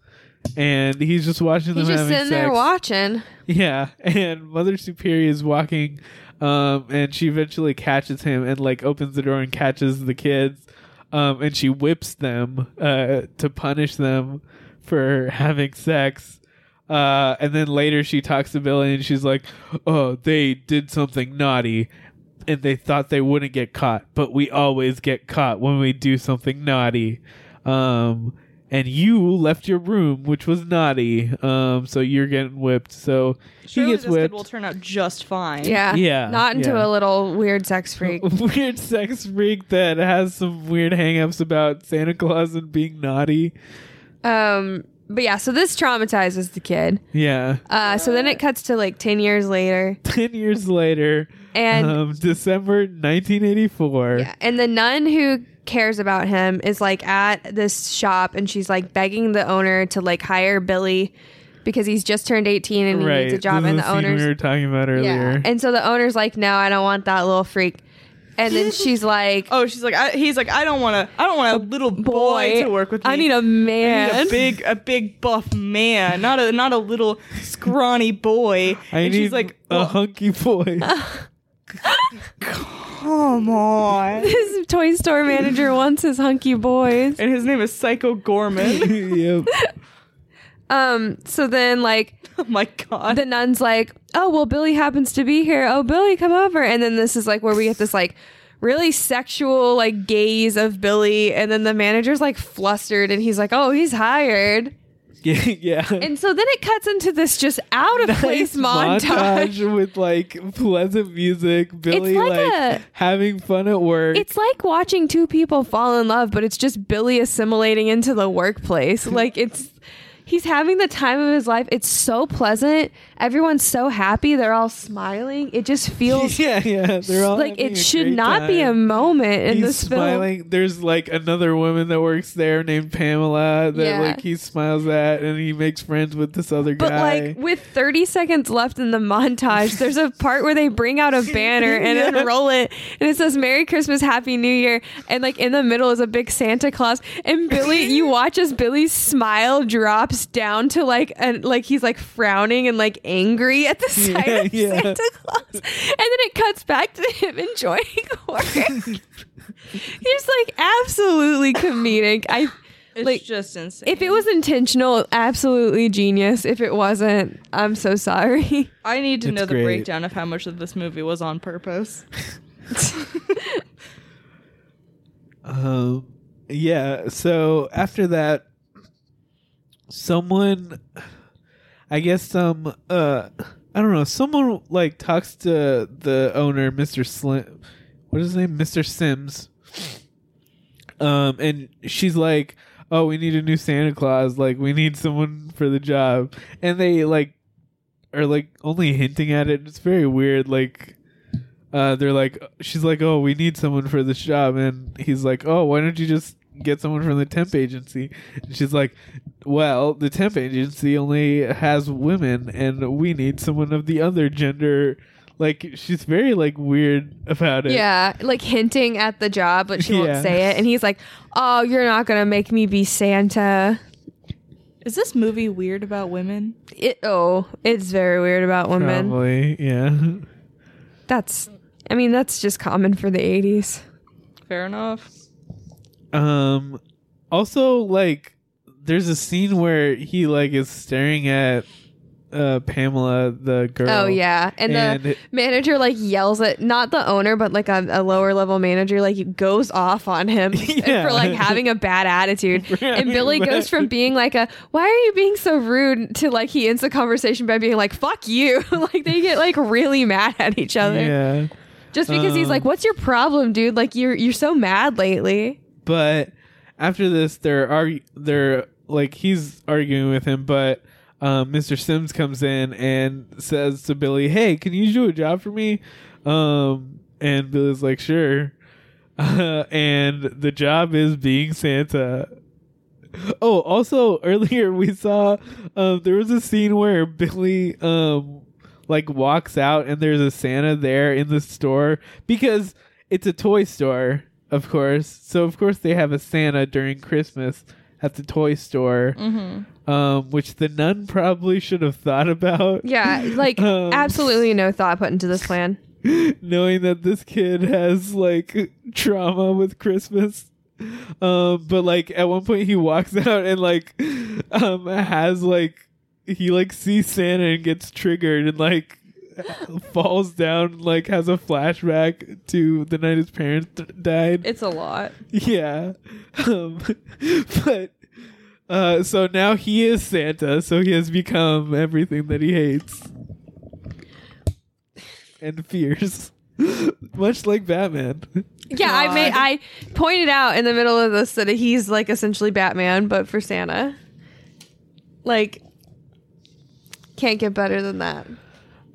S3: and he's just watching them
S1: He's just
S3: having
S1: sitting there
S3: sex.
S1: watching.
S3: Yeah, and Mother Superior is walking, um, and she eventually catches him and like opens the door and catches the kids, um, and she whips them uh, to punish them for <laughs> having sex. Uh, and then later she talks to Billy and she's like, "Oh, they did something naughty." And they thought they wouldn't get caught, but we always get caught when we do something naughty. Um, and you left your room, which was naughty. Um, so you're getting whipped. So
S2: Surely
S3: he gets
S2: this kid
S3: whipped. <laughs>
S2: will turn out just fine.
S1: Yeah.
S3: Yeah,
S1: Not into
S3: yeah.
S1: a little
S3: <laughs>
S1: weird sex freak.
S3: weird sex freak that has some weird hangups about Santa Claus and being naughty.
S1: Um, but yeah, so this traumatizes the kid.
S3: Yeah.
S1: Uh, so then it cuts to like 10 years later.
S3: <laughs> 10 years later,
S1: And
S3: um, December 1984.
S1: Yeah, and the nun who cares about him is like at this shop and she's like begging the owner to like hire Billy because he's just turned 18 and he
S3: Right.
S1: needs a job
S3: This
S1: and
S3: is
S1: the
S3: scene
S1: owner's
S3: we were talking about earlier.
S1: And so the owner's like, "No, I don't want that little freak." And then she's like,
S2: Oh, she's like, I, he's like, I don't want to, I don't want a little boy, to work with me.
S1: I need a
S2: I
S1: man.
S2: need
S1: <laughs>
S2: a big, a big buff man, not a, not a little scrawny boy.
S3: I
S2: and
S3: need
S2: she's like,
S3: a
S2: well,
S3: hunky
S1: <laughs>
S3: boy. <laughs>
S2: come on.
S1: His toy store manager wants his hunky boys.
S2: And his name is Psycho Gorman. <laughs>
S3: yep. <laughs>
S1: Um, so then like
S2: oh my god.
S1: the nun's like, "Oh, well, Billy happens to be here. Oh, Billy, come over." And then this is like where we get this like really sexual like gaze of Billy, and then the manager's like flustered, and he's like, "Oh, he's hired."
S3: Yeah. yeah.
S1: And so then it cuts into this just out of place
S3: Nice <laughs>
S1: montage.
S3: with like pleasant music, Billy
S1: like
S3: like,
S1: a-
S3: having fun at work.
S1: It's like watching two people fall in love, but it's just Billy assimilating into
S3: <laughs>
S1: the workplace. Like it's he's having the time of his life. It's so pleasant. Everyone's so happy. They're all smiling. It just
S3: <laughs>
S1: feels
S3: yeah, yeah. They're all
S1: like
S3: having
S1: it
S3: a
S1: should
S3: great
S1: not be a
S3: time.
S1: moment in
S3: he's
S1: this film.
S3: smiling. There's like another woman that works there named Pamela that
S1: Yeah.
S3: like he smiles at, and he makes friends with this other
S1: But
S3: guy.
S1: like with 30 seconds left in the montage, there's a part where they
S3: <laughs>
S1: bring out a banner and unroll it and it says Merry Christmas, Happy New Year and like in the middle is a big Santa Claus and Billy you
S3: <laughs>
S1: watch as Billy's smile drops down to like and like he's like frowning and like angry at the sight
S3: Yeah,
S1: of
S3: yeah.
S1: Santa Claus. And then it cuts back to him enjoying <laughs>
S3: <laughs>
S1: work. he's like absolutely comedic. I
S2: it's
S1: like-
S2: just insane.
S1: If it was intentional, absolutely genius. If it wasn't, I'm so sorry.
S2: I need to
S3: It's
S2: know the
S3: great.
S2: breakdown of how much of this movie was on purpose.
S3: Um, yeah. So after that, someone, I guess some, uh, I don't know, someone like talks to the owner, Mister Slim. What is his name, Mister Sims? Um, and she's like, "Oh, we need a new Santa Claus. Like, we need someone for the job." And they like are like only hinting at it. It's very weird. Like, uh, they're like, she's like, oh, we need someone for this job, and he's like, oh, why don't you just get someone from the temp agency? And she's like, well, the temp agency only has women, and we need someone of the other gender. Like, she's very like weird about it.
S1: yeah, like hinting at the job, but she
S3: Yeah.
S1: won't say it. And he's like, "Oh, you're not gonna make me be Santa."
S2: Is this movie weird about women?
S1: It, oh, it's very weird about women.
S3: probably. Yeah.
S1: That's, I mean, that's just common for the '80s.
S2: Fair enough.
S3: Um also like there's a scene where he like is staring at uh, Pamela, the girl.
S1: Oh yeah, and, the
S3: And-
S1: manager like yells at not the owner, but like a, a lower level manager like goes off
S3: <laughs>
S1: on him
S3: Yeah.
S1: for like having a bad attitude.
S3: <laughs>
S1: and
S3: having
S1: Billy
S3: a bad-
S1: goes from being like a "Why are you being so rude?" to like he ends the conversation by being like "Fuck you!" <laughs> like they get like really mad at each other
S3: Yeah.
S1: just because he's
S3: Um,
S1: like, "What's your problem, dude? Like you're you're so mad lately."
S3: but after this they're argu- they're like he's arguing with him but um, mr sims comes in and says to billy hey can you do a job for me um, and billy's like sure <laughs> uh, and the job is being santa oh also <laughs> earlier we saw um, there was a scene where billy um, like walks out and there's a santa there in the store because it's a toy store of course so of course they have a santa during christmas at the toy store um, which the nun probably should have thought about
S1: Yeah,
S3: <laughs>
S1: like
S3: Um,
S1: absolutely no thought put into this plan.
S3: knowing that this kid has like trauma with Christmas. Um, but like at one point he walks <laughs> out and like um has like he like sees Santa and gets triggered and like falls down like has a flashback to the night his parents d- died.
S1: It's a lot.
S3: Yeah. <laughs> Um, but uh so now he is Santa, so he has become everything that he hates and fears. <laughs> Much like Batman.
S1: Yeah, I made I pointed out in the middle of this that he's like essentially Batman, but for Santa. Like can't get better than that.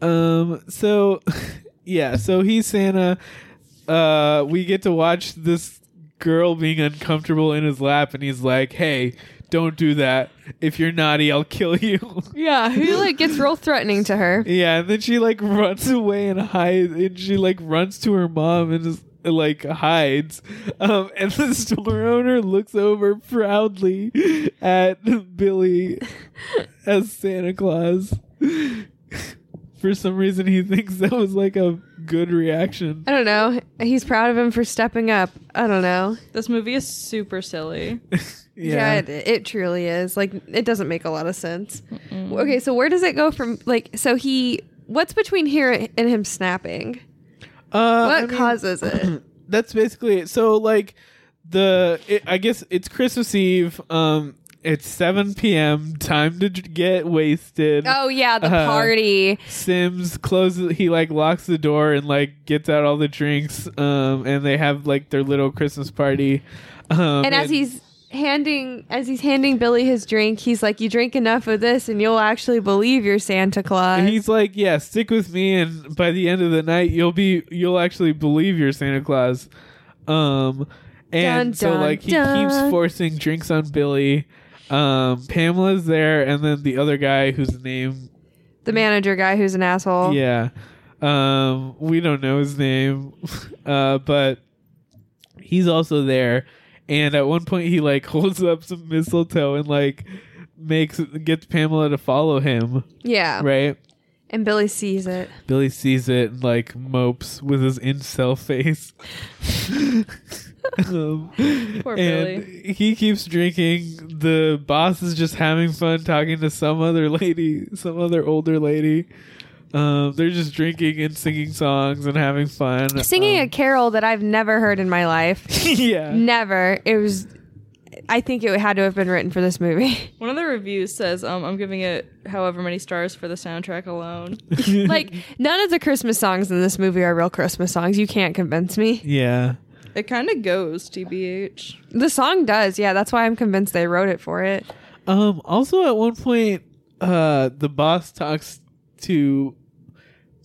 S3: Um so <laughs> yeah, so he's Santa. Uh we get to watch this girl being uncomfortable in his lap and he's like, "Hey, don't do that. If you're naughty, I'll kill you." <laughs>
S1: Yeah, he like gets real threatening to her.
S3: Yeah, and then she like <laughs> runs away and hides, and she like runs to her mom and just like hides. Um, and the store owner looks over proudly at
S1: <laughs>
S3: Billy as Santa Claus. For some reason, he thinks that was like a good reaction.
S1: I don't know. He's proud of him for stepping up. I don't know.
S10: This movie is super
S3: <laughs>
S10: silly.
S1: Yeah, it, it truly is. Like it doesn't make a lot of sense. Okay, so where does it go from like so he what's between here and him snapping?
S3: Uh,
S1: What
S3: I mean-
S1: causes it?
S3: <clears throat> that's basically it. So like the it, I guess it's Christmas Eve. Um, it's seven p.m. Time to j- get wasted.
S1: Oh yeah, the
S3: Uh,
S1: party.
S3: Sims closes. He like locks the door and like gets out all the drinks. Um, and they have like their little Christmas party. Um,
S1: and as he's handing as he's handing Billy his drink, he's like, "You drink enough of this, and you'll actually believe you're Santa Claus."
S3: he's like, yeah, stick with me, and by the end of the night, you'll be you'll actually believe you're Santa Claus. Um, and
S1: Dun,
S3: so
S1: dun,
S3: like he
S1: dun.
S3: keeps forcing drinks on Billy. Um, Pamela's there, and then the other guy whose name,
S1: the manager guy who's an asshole.
S3: yeah, um, we don't know his name, <laughs> uh, but he's also there. And at one point, he like <laughs> holds up some mistletoe and like makes gets Pamela to follow him,
S1: Yeah.
S3: right?
S1: And Billy sees it.
S3: Billy sees it and like mopes with his incel face. Um,
S10: Poor
S3: and he keeps drinking. The boss is just having fun talking to some other lady, some other older lady. Um, they're just drinking and singing songs and having fun.
S1: Singing a carol that I've never heard in my life.
S3: Um, <laughs> yeah.
S1: never. It was. I think it had to have been written for this movie.
S3: <laughs>
S10: One of the reviews says, um, I'm giving it however many stars for the soundtrack alone.
S1: like none of the Christmas songs in this movie are real Christmas songs. You can't convince me.
S3: Yeah.
S10: it kind of goes, TBH.
S1: The song does. Yeah, that's why I'm convinced they wrote it for it.
S3: Um, also at one point, uh, the boss talks to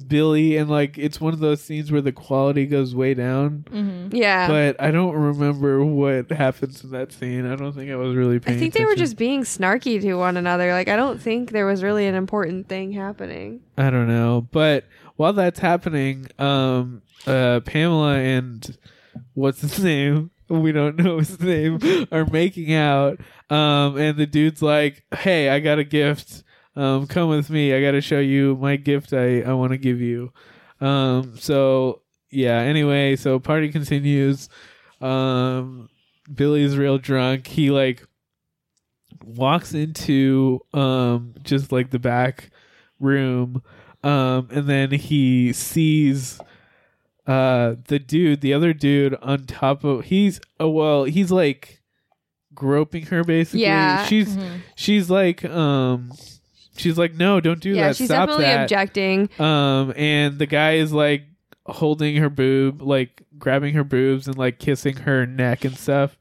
S3: Billy and like, it's one of those scenes where the quality goes way down.
S1: Yeah.
S3: but I don't remember what happens in that scene. I don't think I was really
S1: I
S3: paying.
S1: think they were
S3: attention.
S1: just being snarky to one another. Like I don't think there was really an important thing happening.
S3: I don't know. But while that's happening, um, uh, Pamela and what's his <laughs> name? We don't know his name. Are making out. Um, and the dude's like, "Hey, I got a gift. Um, come with me. I got to show you my gift. I I want to give you." Um, so yeah. Anyway, so party continues. Um, Billy's real drunk. He like walks into um just like the back room, um, and then he sees uh, the dude, the other dude, on top of he's oh well, he's like groping her basically.
S1: Yeah.
S3: she's she's like um, she's like no, don't do
S1: yeah,
S3: that.
S1: she's
S3: Stop
S1: definitely
S3: that.
S1: objecting.
S3: Um, and the guy is like holding her boob, like grabbing her boobs and like kissing her neck and stuff.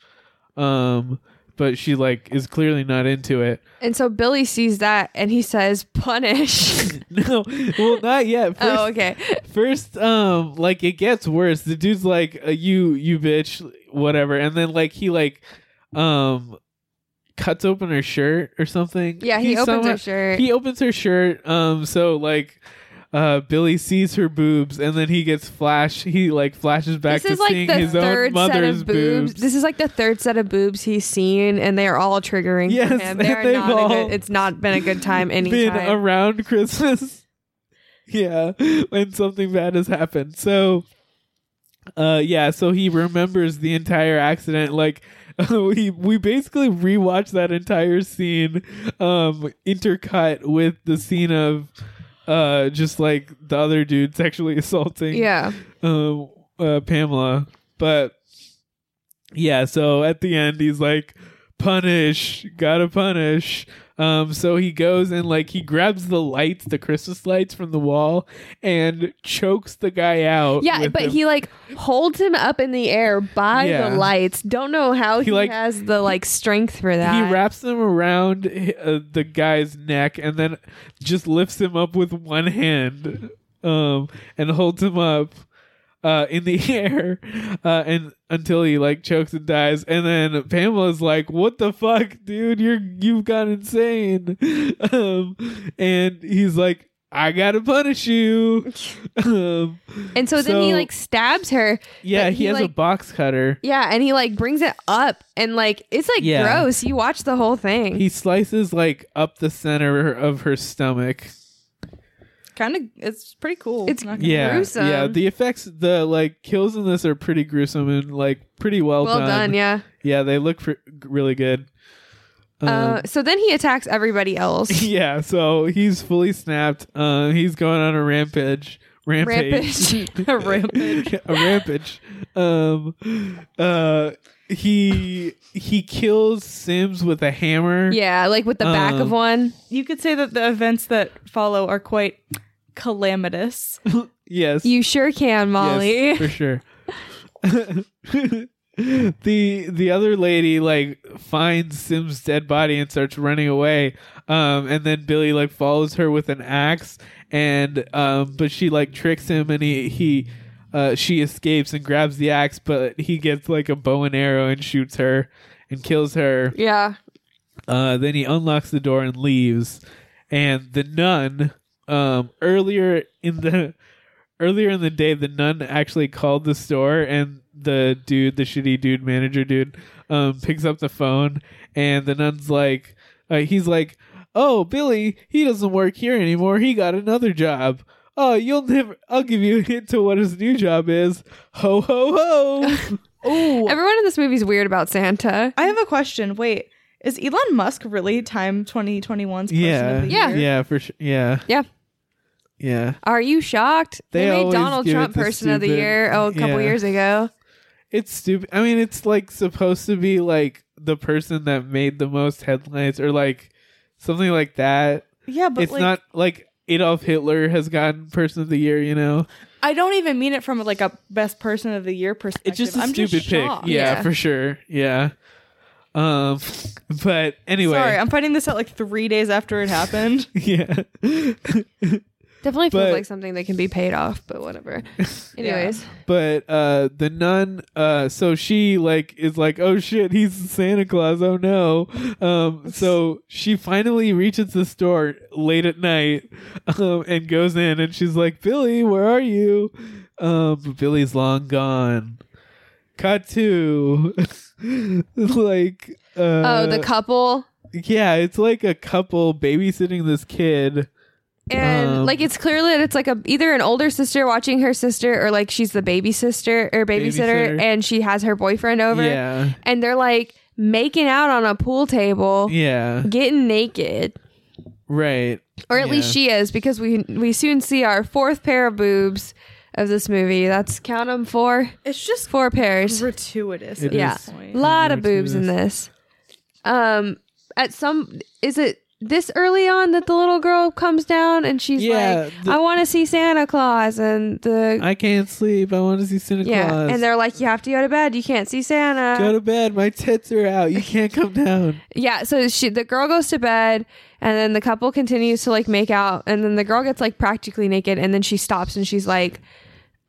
S3: Um, but she like is clearly not into it. <laughs>
S1: And so Billy sees that and he says, "Punish."
S3: <laughs>
S1: <laughs>
S3: No, well, not yet. First,
S1: oh, okay.
S3: First, um, like it gets worse. The dude's like, uh, "You, you bitch, whatever," and then like he like, um, cuts open her shirt or something.
S1: Yeah, he, opens
S3: somehow-
S1: her shirt.
S3: He opens her shirt. Um, so like, uh, Billy sees her boobs, and then he gets flash. He like flashes back
S1: this
S3: to
S1: is like
S3: seeing
S1: the
S3: his own
S1: third set
S3: mother's
S1: of boobs. This is like the third set of boobs he's seen, and they are all triggering
S3: Yes,
S1: for him.
S3: and
S1: They are
S3: they've
S1: not a
S3: all
S1: good, it's not been a good
S3: <laughs>
S1: time
S3: been
S1: anytime.
S3: around Christmas. <laughs> yeah, when something bad has happened. So, uh, yeah, so he remembers the entire accident. Like, <laughs> we we basically rewatched that entire scene, um, intercut with the scene of, uh, just like the other dude sexually <laughs> assaulting
S1: yeah.
S3: uh, uh, Pamela. But yeah, so at the end, he's like, punish, gotta punish. Um, so he goes and like he grabs the lights, the Christmas lights from the wall, and chokes the guy out.
S1: Yeah,
S3: with
S1: but
S3: him.
S1: he like holds him up in the air by
S3: Yeah.
S1: the lights. Don't know how he,
S3: like-
S1: has the like strength for that.
S3: He wraps them around uh, the guy's neck and then just lifts him up with one hand um, and holds him up uh, in the <laughs> air uh, and until he like chokes and dies. And then Pamela's like, "What the fuck, dude? You're you've gone insane." <laughs> Um, and he's like, "I gotta punish you." <laughs> um,
S1: and so then he
S3: so-
S1: like stabs her.
S3: yeah,
S1: But
S3: he,
S1: he,
S3: has a
S1: like-
S3: box cutter.
S1: Yeah, and he like brings it up and like it's like
S3: Yeah.
S1: gross. You watch the whole thing.
S3: He slices like up the center of her stomach.
S10: Kind of, it's pretty cool.
S1: It's
S10: not gonna-
S3: yeah,
S1: gruesome.
S3: Yeah, the effects, the like kills in this are pretty gruesome and like pretty well,
S1: well
S3: done.
S1: done, yeah.
S3: yeah, they look pr- really good. Um,
S1: uh, so then he attacks everybody
S3: <laughs>
S1: else.
S3: yeah, so he's fully snapped. Uh, he's going on a rampage. <laughs> Rampage.
S1: <laughs> Rampage. A rampage.
S3: <laughs> a rampage. Um, uh, he he kills Sims with a hammer.
S1: Yeah, like with the back
S3: Um,
S1: of one.
S2: You could say that the events that follow are quite calamitous.
S3: Yes.
S1: You sure can, Molly.
S3: Yes, for sure. the the other lady like finds Sim's dead body and starts running away. Um and then Billy like follows her with an axe and um but she like tricks him and he he uh she escapes and grabs the axe but he gets like a bow and arrow and shoots her and kills her.
S1: <laughs> Yeah.
S3: Uh, then he unlocks the door and leaves. And the nun, um, earlier in the <laughs> earlier in the day, the nun actually called the store, and the dude, the shitty dude manager dude, um, picks up the phone, and the nun's like, uh, he's like, "Oh, Billy, he doesn't work here anymore. He got another job." Oh, you'll never. I'll give you a hint to what his new job is. Ho, ho, ho. oh,
S1: Everyone in this movie's weird about Santa.
S2: I have a question. Wait, is Elon Musk really Time 2021's person
S3: yeah.
S2: of the
S1: Yeah.
S2: year?
S3: Yeah, for sure. Yeah.
S1: Yeah.
S3: Yeah.
S1: Are you shocked? They,
S3: They
S1: made
S3: always
S1: Donald
S3: give it
S1: Trump
S3: the
S1: Person of the
S3: stupid-
S1: Year oh a couple
S3: Yeah.
S1: years
S3: <laughs>
S1: ago.
S3: It's stupid. I mean, it's like supposed to be like the person that made the most headlines or like something like that.
S2: Yeah, but
S3: it's
S2: like,
S3: not like Adolf Hitler has gotten person of the year, you know?
S2: I don't even mean it from like a best person of the year perspective.
S3: It's just a
S2: I'm
S3: stupid pick. Yeah,
S2: shocked.
S1: Yeah.
S3: for sure. Yeah. Um but anyway.
S2: Sorry, I'm finding this out like three days after it happened.
S3: <laughs> yeah.
S1: Definitely feels
S3: But-
S1: like something that can be paid off,
S3: <laughs>
S1: but whatever. Anyways,
S3: but uh the nun uh so she like is like oh shit he's santa claus oh no um so she finally reaches the store late at night um and goes in and she's like billy where are you um but billy's long gone cut to <laughs> like uh
S1: oh, the couple
S3: yeah it's like a couple babysitting this kid
S1: and
S3: um,
S1: like it's clear that it's like a either an older sister watching her sister or like she's the baby sister or babysitter,
S3: Babysitter.
S1: and she has her boyfriend over
S3: yeah
S1: and they're like making out on a pool table,
S3: yeah
S1: getting naked.
S3: Right.
S1: or at least
S3: Yeah.
S1: she is, because we we soon see our fourth pair of boobs of this movie. That's count them four,
S2: <laughs> It's just
S1: four pairs.
S2: gratuitous.
S3: It
S1: yeah,
S3: is.
S1: a lot of boobs in this. Um, at some is it this early on that the little girl comes down and she's
S3: Yeah,
S1: like,
S3: the-
S1: "I want to see Santa Claus," and the
S3: I can't sleep. I want to see Santa
S1: yeah,
S3: Claus.
S1: and they're like, "You have to go to bed. You can't see Santa."
S3: Go to bed. My tits are out. You can't come down.
S1: Yeah, so she the girl goes to bed and then the couple continues to like make out and then the girl gets like practically naked and then she stops and she's like,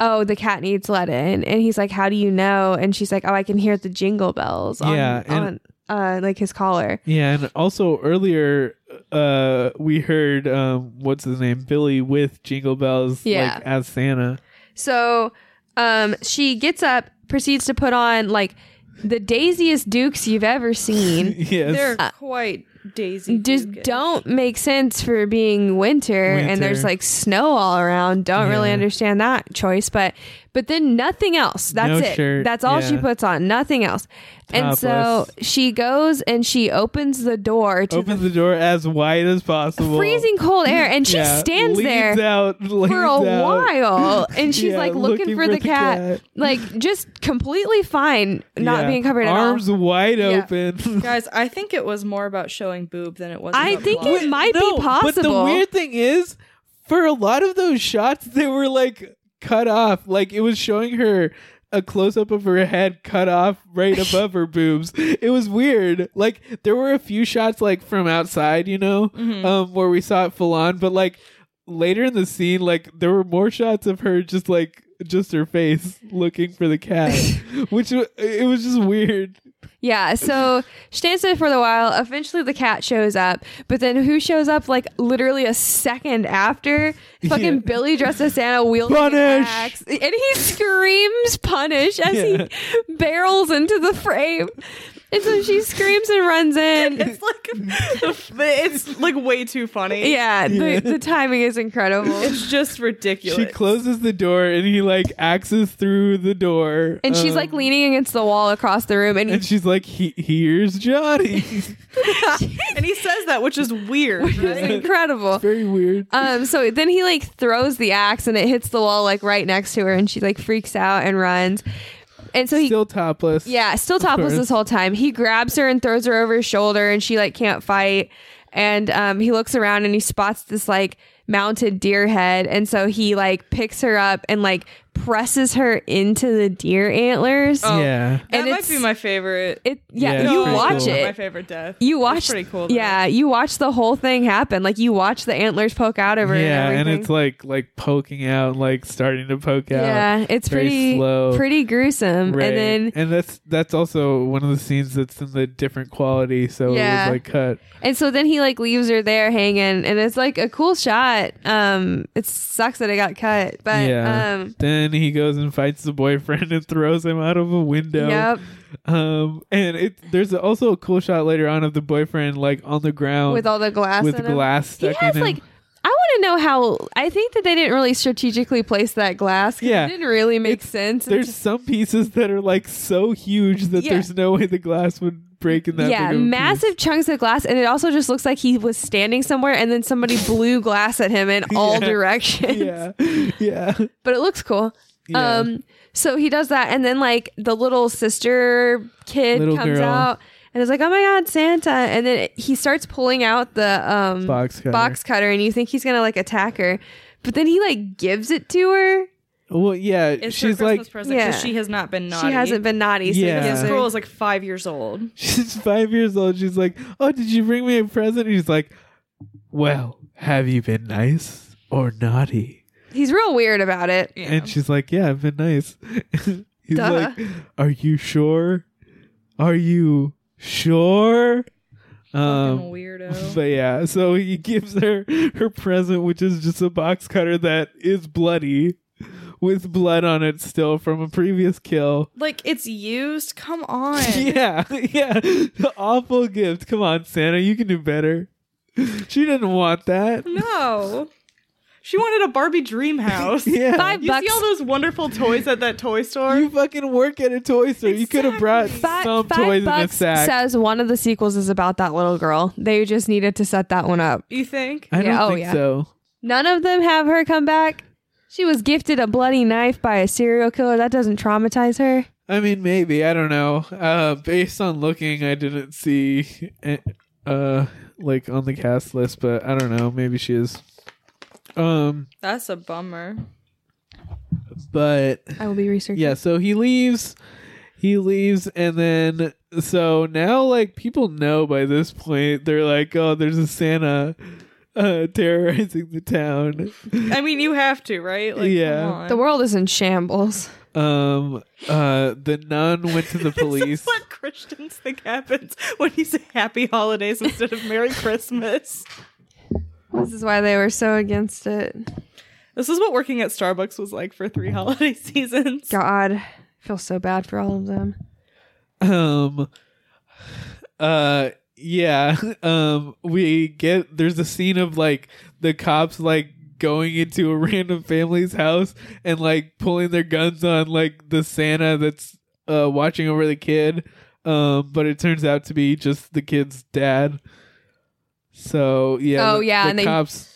S1: "Oh, the cat needs let in." And he's like, "How do you know?" And she's like, "Oh, I can hear the jingle bells on,
S3: Yeah, and-
S1: on uh like his collar."
S3: Yeah, and also earlier, uh, we heard um, what's his name, Billy, with Jingle Bells,
S1: Yeah.
S3: like as Santa.
S1: So, um she gets up, proceeds to put on like the daisiest dukes you've
S3: <laughs>
S1: ever seen.
S3: yes,
S10: They're quite daisy.
S1: Just
S10: Dugan.
S1: don't make sense for being winter, and
S3: Winter.
S1: there's like snow all around. Don't really
S3: Yeah.
S1: understand that choice, but but then nothing else. That's
S3: No
S1: it.
S3: shirt,
S1: That's all she
S3: yeah.
S1: puts on. Nothing else. And so
S3: Topless.
S1: she goes and she opens the door to
S3: opens the door as wide as
S1: the
S3: possible.
S1: freezing cold air, and she
S3: Yeah,
S1: stands
S3: leans
S1: there
S3: out, <laughs> leans
S1: for a
S3: out.
S1: while and she's
S3: Yeah,
S1: like looking, for, the, cat. like just completely fine not
S3: Yeah.
S1: being covered at all
S3: arms wide
S10: Yeah.
S3: open. <laughs>
S10: Guys, I think it was more about showing boob than it was.
S1: I
S10: about
S1: think
S10: plot.
S1: it might
S3: No,
S1: be
S3: But the
S1: possible
S3: weird thing is, for a lot of those shots, they were like cut off. Like it was showing her a close up of her head cut off
S1: <laughs>
S3: right above her boobs. It was weird. Like there were a few shots like from outside, you know,
S1: Mm-hmm.
S3: um, where we saw it full on, but like later in the scene, like there were more shots of her just like just her face looking for the
S1: <laughs>
S3: cat, which wa- it was just weird.
S1: Yeah, so she stands there for a while. Eventually, the cat shows up, but then who shows up like literally a second after? Fucking
S3: <laughs> Yeah.
S1: Billy dressed as Santa, wielding an
S3: Punish!
S1: axe, and he screams "punish"
S3: <laughs>
S1: as he barrels into the frame, and so she screams and runs in.
S3: <laughs>
S2: <laughs> It's like, <laughs> but it's like way too funny.
S1: Yeah, the, the timing is incredible.
S10: it's just ridiculous.
S3: She closes the door and he like axes through the door.
S1: And she's
S3: um,
S1: like leaning against the wall across the
S3: <laughs>
S1: room, and,
S3: and she's like, he- "Here's
S1: <laughs>
S3: Johnny."
S2: And he says that, which is weird.
S1: it's
S2: Right?
S1: incredible.
S3: Very weird.
S1: Um, so then he like throws the axe and it hits the wall like right next to her, and she like freaks out and runs. And so he,
S3: Still topless.
S1: yeah, still topless
S3: course.
S1: this whole time. He grabs her and throws her over his shoulder, and she like can't fight. And um, he looks around and he spots this like mounted deer head, and so he like picks her up and like presses her into the deer antlers.
S3: Oh. Yeah.
S10: that
S1: and
S10: might
S1: it's-
S10: be my favorite.
S1: It yeah,
S3: Yeah, it's
S1: you
S3: pretty
S1: watch
S3: cool.
S1: it.
S2: My favorite death.
S1: You watch
S10: pretty cool, though.
S1: Yeah, you watch the whole thing happen. Like you watch the antlers poke out over
S3: Yeah, and
S1: and everything.
S3: it's like like poking out, like starting to poke out.
S1: Yeah, it's
S3: Very
S1: pretty
S3: slow.
S1: pretty gruesome.
S3: Right.
S1: And then
S3: and that's that's also one of the scenes that's in the different quality, so
S1: Yeah.
S3: it was like cut.
S1: and so then he like leaves her there hanging and it's like a cool shot. Um it sucks that it got cut, but
S3: yeah.
S1: um
S3: then he goes and fights the boyfriend and throws him out of a window.
S1: Yep,
S3: Um, and it there's also a cool shot later on of the boyfriend like on the ground
S1: with all the glass
S3: with
S1: in him.
S3: glass
S1: He
S3: stuck
S1: has
S3: in him.
S1: like I want to know how I think that they didn't really strategically place that glass. 'cause
S3: Yeah.
S1: It didn't really make
S3: It's-
S1: sense. It
S3: there's
S1: just-
S3: some pieces that are like so huge that
S1: Yeah.
S3: there's no way the glass would break in that
S1: yeah,
S3: big of a piece.
S1: massive chunks of glass, and it also just looks like he was standing somewhere, and then somebody
S3: <laughs>
S1: blew glass at him in all
S3: Yeah. <laughs>
S1: directions.
S3: yeah yeah
S1: <laughs> but it looks cool.
S3: Yeah.
S1: Um, so he does that, and then like the little sister kid
S3: Little
S1: comes
S3: girl.
S1: out and is like, "Oh my god, Santa!" And then it- he starts pulling out the um
S3: box cutter.
S1: box cutter, and you think he's gonna like attack her, but then he like gives it to her.
S3: well yeah
S10: It's her
S3: she's
S10: Christmas
S3: like <laughs>
S10: present 'cause
S1: Yeah.
S10: she has not been naughty.
S1: She hasn't been Um, naughty. So
S3: Yeah.
S1: he gives
S10: This
S1: her-
S10: girl is like five years old.
S3: she's five years old she's like oh did you bring me a present and he's like well have you been nice or naughty
S1: he's real weird about it.
S3: and she's like yeah i've been nice <laughs> he's
S1: Duh.
S3: like are you sure are you sure
S10: Fucking
S3: um
S10: weirdo.
S3: <laughs> But yeah, so he gives her her present, which is just a box cutter that is bloody, with blood on it still from a previous kill.
S10: Like it's used. Come
S1: <laughs>
S10: on.
S3: <laughs> Yeah, yeah, awful gift. Come on, Santa, you can do better. She didn't want that.
S10: No.
S2: She wanted a Barbie
S1: <laughs>
S2: dream house.
S3: Yeah.
S1: Five
S2: You
S1: bucks.
S2: see all those wonderful toys at that toy store?
S3: You fucking work at a toy store. You could have brought
S1: Fi-
S3: some
S1: Five
S3: toys in a
S1: bucks
S3: sack.
S1: says one of the sequels is about that little girl. They just needed to set that one up.
S2: you think?
S3: I don't
S1: Yeah, oh,
S3: think
S1: yeah.
S3: so.
S1: None of them have her come back. She was gifted a bloody knife by a serial killer. That doesn't traumatize her.
S3: I mean, maybe I don't know. Uh, based on looking, I didn't see, eh, uh, like on the cast list, but I don't know. Maybe she is. Um,
S10: That's a bummer.
S3: but
S1: I will be researching.
S3: yeah. So he leaves. He leaves, and then so now like people know by this point. They're like, oh, there's a Santa uh, terrorizing the town.
S2: I mean, you have to, right? Like,
S3: Yeah.
S2: Come on.
S1: The world is in shambles.
S3: Um, uh, the nun went to the
S2: This
S3: police.
S2: is what Christians think happens when you say happy holidays instead of Merry Christmas.
S1: This is why they were so against it.
S2: This is what working at Starbucks was like for three <laughs> holiday seasons.
S1: God, I feel so bad for all of them.
S3: um uh yeah <laughs> um we get there's a scene of like the cops like going into a <laughs> random family's house and like pulling their guns on like the santa that's uh watching over the kid um but it turns out to be just the kid's dad so yeah
S1: Oh,
S3: the-
S1: yeah,
S3: the
S1: and they-
S3: cops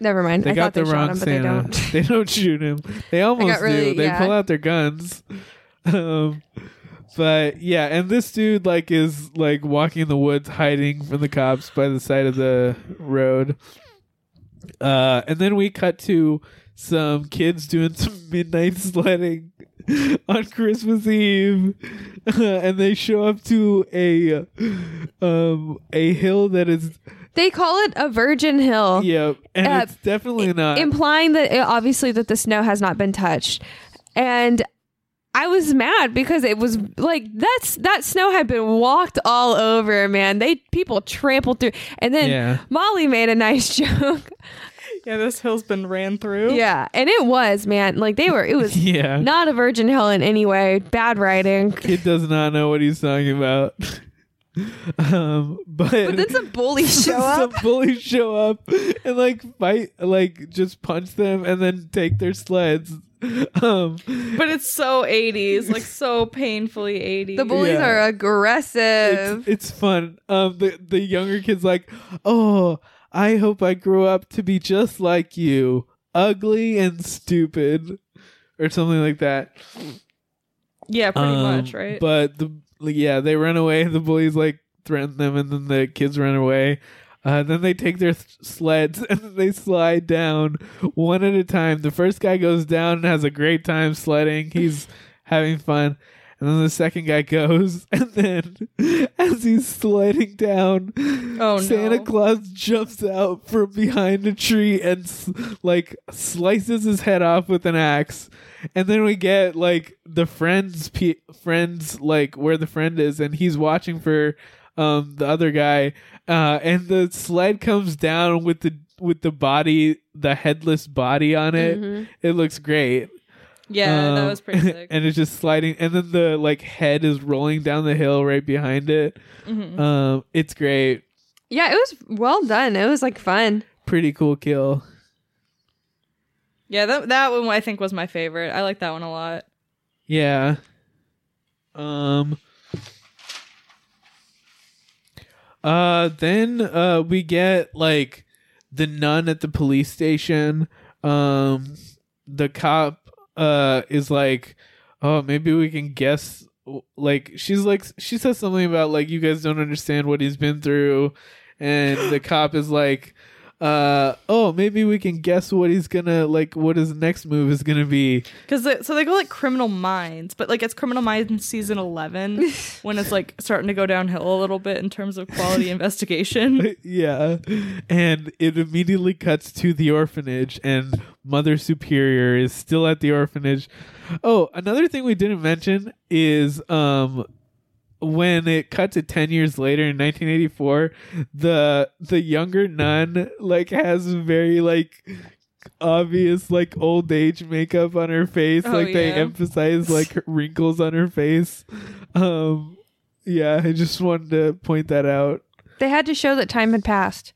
S1: Never mind.
S3: they
S1: I
S3: got the
S1: thought they
S3: wrong
S1: shot him, but they
S3: Santa.
S1: don't. <laughs>
S3: <laughs> They don't shoot him. They almost
S1: really-
S3: do. They
S1: yeah.
S3: pull out their guns. <laughs> Um, but yeah, and this dude like is like walking in the woods, hiding from the cops by the side of the road. Uh, and then we cut to some kids doing some <laughs> midnight sledding <laughs> on Christmas Eve, <laughs> and they show up to a um a hill that is
S1: They call it a virgin hill.
S3: yeah, and
S1: Uh,
S3: it's definitely not
S1: implying that uh, obviously that the snow has not been touched and i was mad because it was like that's that snow had been walked all over man they people trampled through and then
S3: Yeah.
S1: molly made a nice <laughs> joke
S2: Yeah, this hill's been ran through.
S1: yeah and it was man like they were it
S3: <laughs>
S1: was
S3: yeah.
S1: not a virgin hill in any way bad writing
S3: Kid does not know what he's talking about. <laughs> um, but,
S1: but then some bullies show
S3: <laughs> some
S1: up
S3: bullies show up and like fight, like just punch them and then take their sleds. <laughs> Um,
S10: But it's so 80s, like so painfully 80s.
S1: the bullies
S3: Yeah.
S1: are aggressive
S3: it's, it's fun. Um, the the younger kid's like, oh, I hope I grow up to be just like you, ugly and stupid, or something like that.
S10: yeah, pretty
S3: Um,
S10: much, right?
S3: But the yeah, they run away. The bullies like threaten them, and then the kids run away. Uh, then they take their th- sleds <laughs> and then they slide down one at a time. The first guy goes down and has a great time sledding.
S10: <laughs>
S3: He's having fun. And then the second guy goes, <laughs> and then as he's sliding down,
S10: Oh,
S3: Santa
S10: no.
S3: Claus jumps out from behind a tree and s- like slices his head off with an axe. And then we get like the friends, pe- friends like where the friend is, and he's watching for um the other guy. Uh, and the sled comes down with the with the body, the headless body on it.
S1: Mm-hmm.
S3: It looks great.
S10: Mm-hmm. yeah, that
S3: Um,
S10: was
S3: <laughs>
S10: pretty sick.
S3: And it's just sliding, and then the like head is rolling down the hill right behind it.
S10: Mhm.
S3: Um, it's great,
S1: yeah it was well done it was like fun
S3: pretty cool kill.
S10: Yeah, that that one I think was my favorite. I like that one a lot.
S3: Yeah. Um. Uh. Then uh, we get like the nun at the police station. Um. The cop uh is like, oh, maybe we can guess. Like she's like she says something about like you guys don't understand what he's been through, and the cop is like. Uh oh, maybe we can guess what he's gonna like. What his next move is gonna be.
S2: Cause they, so they go like Criminal Minds, but like it's Criminal Minds season
S1: <laughs>
S2: eleven when it's like starting to go downhill a little bit in terms of
S3: <laughs>
S2: quality investigation.
S3: yeah. And it immediately cuts to the orphanage, and Mother Superior is still at the orphanage. Oh, another thing we didn't mention is um when it cut to 10 years later in 1984 the the younger nun like has very like obvious like old age makeup on her face
S10: Oh,
S3: like they
S10: yeah.
S3: emphasize
S10: <laughs>
S3: like her wrinkles on her face um yeah i just wanted to point that out
S1: they had to show that time had passed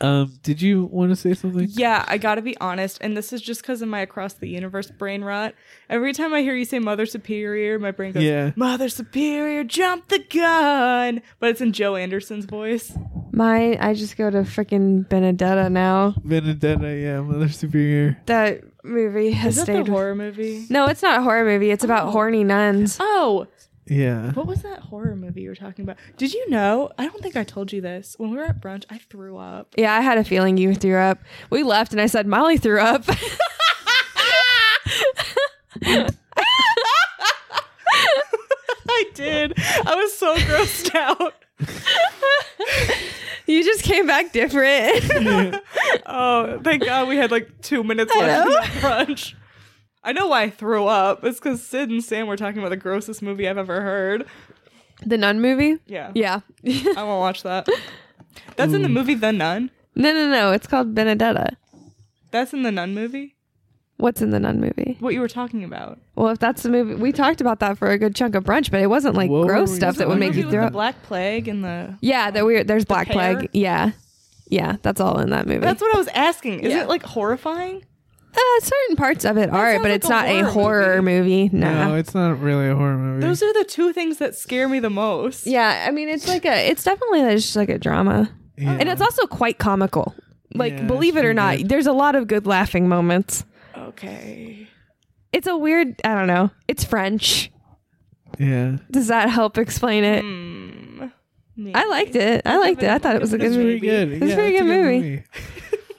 S3: Um, did you want to say something?
S2: Yeah, I gotta be honest, and this is just because of my across the universe brain rot. Every time I hear you say Mother Superior, my brain goes,
S3: Yeah.
S2: Mother Superior, jump the gun. But it's in Joe Anderson's voice.
S1: Mine, I just go to freaking Benedetta now.
S3: Benedetta, yeah, Mother Superior.
S1: That movie has
S2: Is that
S1: stayed.
S2: the
S1: with-
S2: horror movie?
S1: No, it's not a horror movie. It's about horny nuns.
S2: Oh,
S3: Yeah.
S2: what was that horror movie you were talking about? Did you know? I don't think I told you this. When we were at brunch, I threw up.
S1: Yeah, I had a feeling you threw up. We left, and I said Molly threw up.
S2: I did. I was so <laughs> grossed out.
S1: you just came back different. <laughs>
S2: Oh, thank God we had like two minutes left of brunch. I know why I threw up. It's because Sid and Sam were talking about the grossest movie I've ever heard.
S1: the nun movie.
S2: Yeah.
S1: Yeah. no,
S2: I won't watch that. That's
S3: Mm.
S2: in the movie The Nun.
S1: no, no. It's called Benedetta.
S2: That's in the Nun movie.
S1: What's in the nun movie?
S2: What you were talking about.
S1: Well, if that's the movie, we talked about that for a good chunk of brunch, but it wasn't like
S3: What were
S1: gross
S3: we
S1: stuff that would
S3: talking
S1: make
S2: movie
S1: you
S2: with
S1: throw
S2: the
S1: up.
S2: Black Plague and the.
S1: yeah, that weird. There's Black
S2: pear?
S1: Plague. Yeah, yeah, that's all in that movie.
S2: That's what I was asking. Is
S1: Yeah.
S2: it like horrifying?
S1: uh, certain parts of it are,
S2: sounds
S1: but
S2: like
S1: it's
S2: a
S1: not a
S2: horror
S1: horror movie. No.
S3: No, it's not really a horror movie.
S2: Those are the two things that scare me the most.
S1: yeah, I mean, it's like a. It's definitely just like a drama,
S3: Yeah.
S1: and it's also quite comical. Like,
S3: Yeah,
S1: believe it
S3: it's
S1: or
S3: pretty
S1: not,
S3: good.
S1: there's a lot of good laughing moments.
S2: Okay.
S1: It's a weird. I don't know. It's French.
S3: yeah.
S1: Does that help explain it?
S2: Hmm.
S1: I liked it. I liked it. I thought it was a good
S3: It's pretty
S1: movie. <laughs>
S3: good.
S1: It's a
S3: Yeah,
S1: pretty
S3: it's
S1: good movie.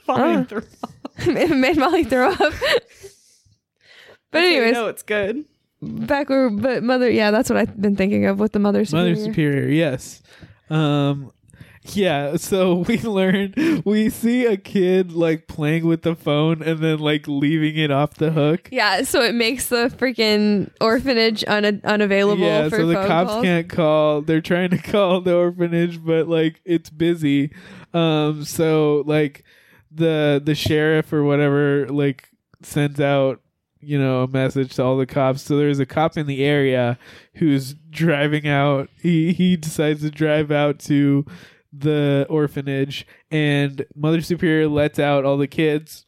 S2: Fine.
S1: Oh.
S2: throw up.
S1: it made Molly throw up. <laughs> but
S2: So you
S1: anyways,
S2: know it's good.
S1: back where but mother yeah, that's what I've been thinking of with the mother superior.
S3: Mother Superior, yes. Um yeah, so <laughs> we learn we see a kid like playing with the phone and then like leaving it off the hook.
S1: Yeah, so it makes the freaking orphanage un- unavailable
S3: Yeah,
S1: for
S3: so the
S1: phone
S3: cops
S1: calls.
S3: can't call. They're trying to <laughs> call the orphanage, but like it's busy. Um so like the the sheriff or whatever like sends out you know a message to all the cops so there's a cop in the area who's driving out he he decides to drive out to the orphanage and mother superior lets out all the kids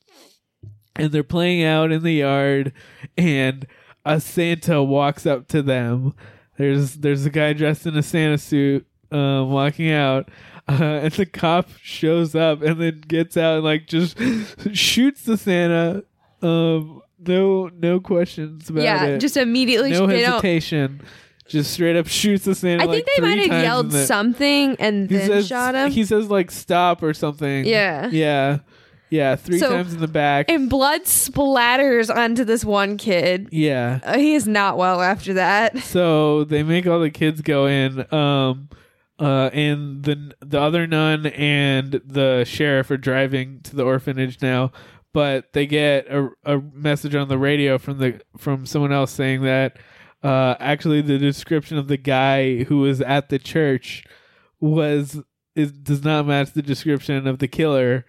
S3: and they're playing out in the yard and a santa walks up to them there's there's a guy dressed in a santa suit um, walking out <laughs> uh, and the cop shows up and then gets out and like just <laughs> shoots the santa um no no questions about
S1: yeah,
S3: it
S1: just immediately
S3: no
S1: they don't
S3: hesitation just straight up shoots the santa
S1: I think
S3: like,
S1: they
S3: three
S1: might have
S3: times
S1: yelled
S3: and then-
S1: something and
S3: he
S1: then
S3: says,
S1: shot him.
S3: He says like stop or something.
S1: Yeah.
S3: Yeah. Yeah. Three
S1: So-
S3: times in the back.
S1: and blood splatters onto this one kid.
S3: yeah.
S1: Uh, he is not well after that.
S3: So they make all the kids go in. Um uh and the the other nun and the sheriff are driving to the orphanage now, but they get a, a message on the radio from the from someone else saying that uh actually the description of the guy who was at the church was is does not match the description of the killer.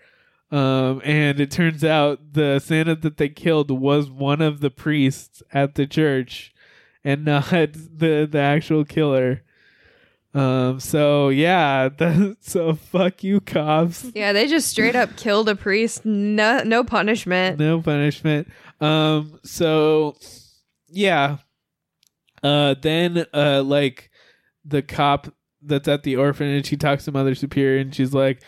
S3: Um, and it turns out the Santa that they killed was one of the priests at the church, and not <laughs> the the actual killer. Um, so yeah, <laughs> the, so fuck you, cops.
S1: Yeah, they just straight up killed a priest. No, no punishment.
S3: No punishment. Um, so yeah. Uh, then uh, like the cop that's at the orphanage, he talks to Mother Superior, and she's like,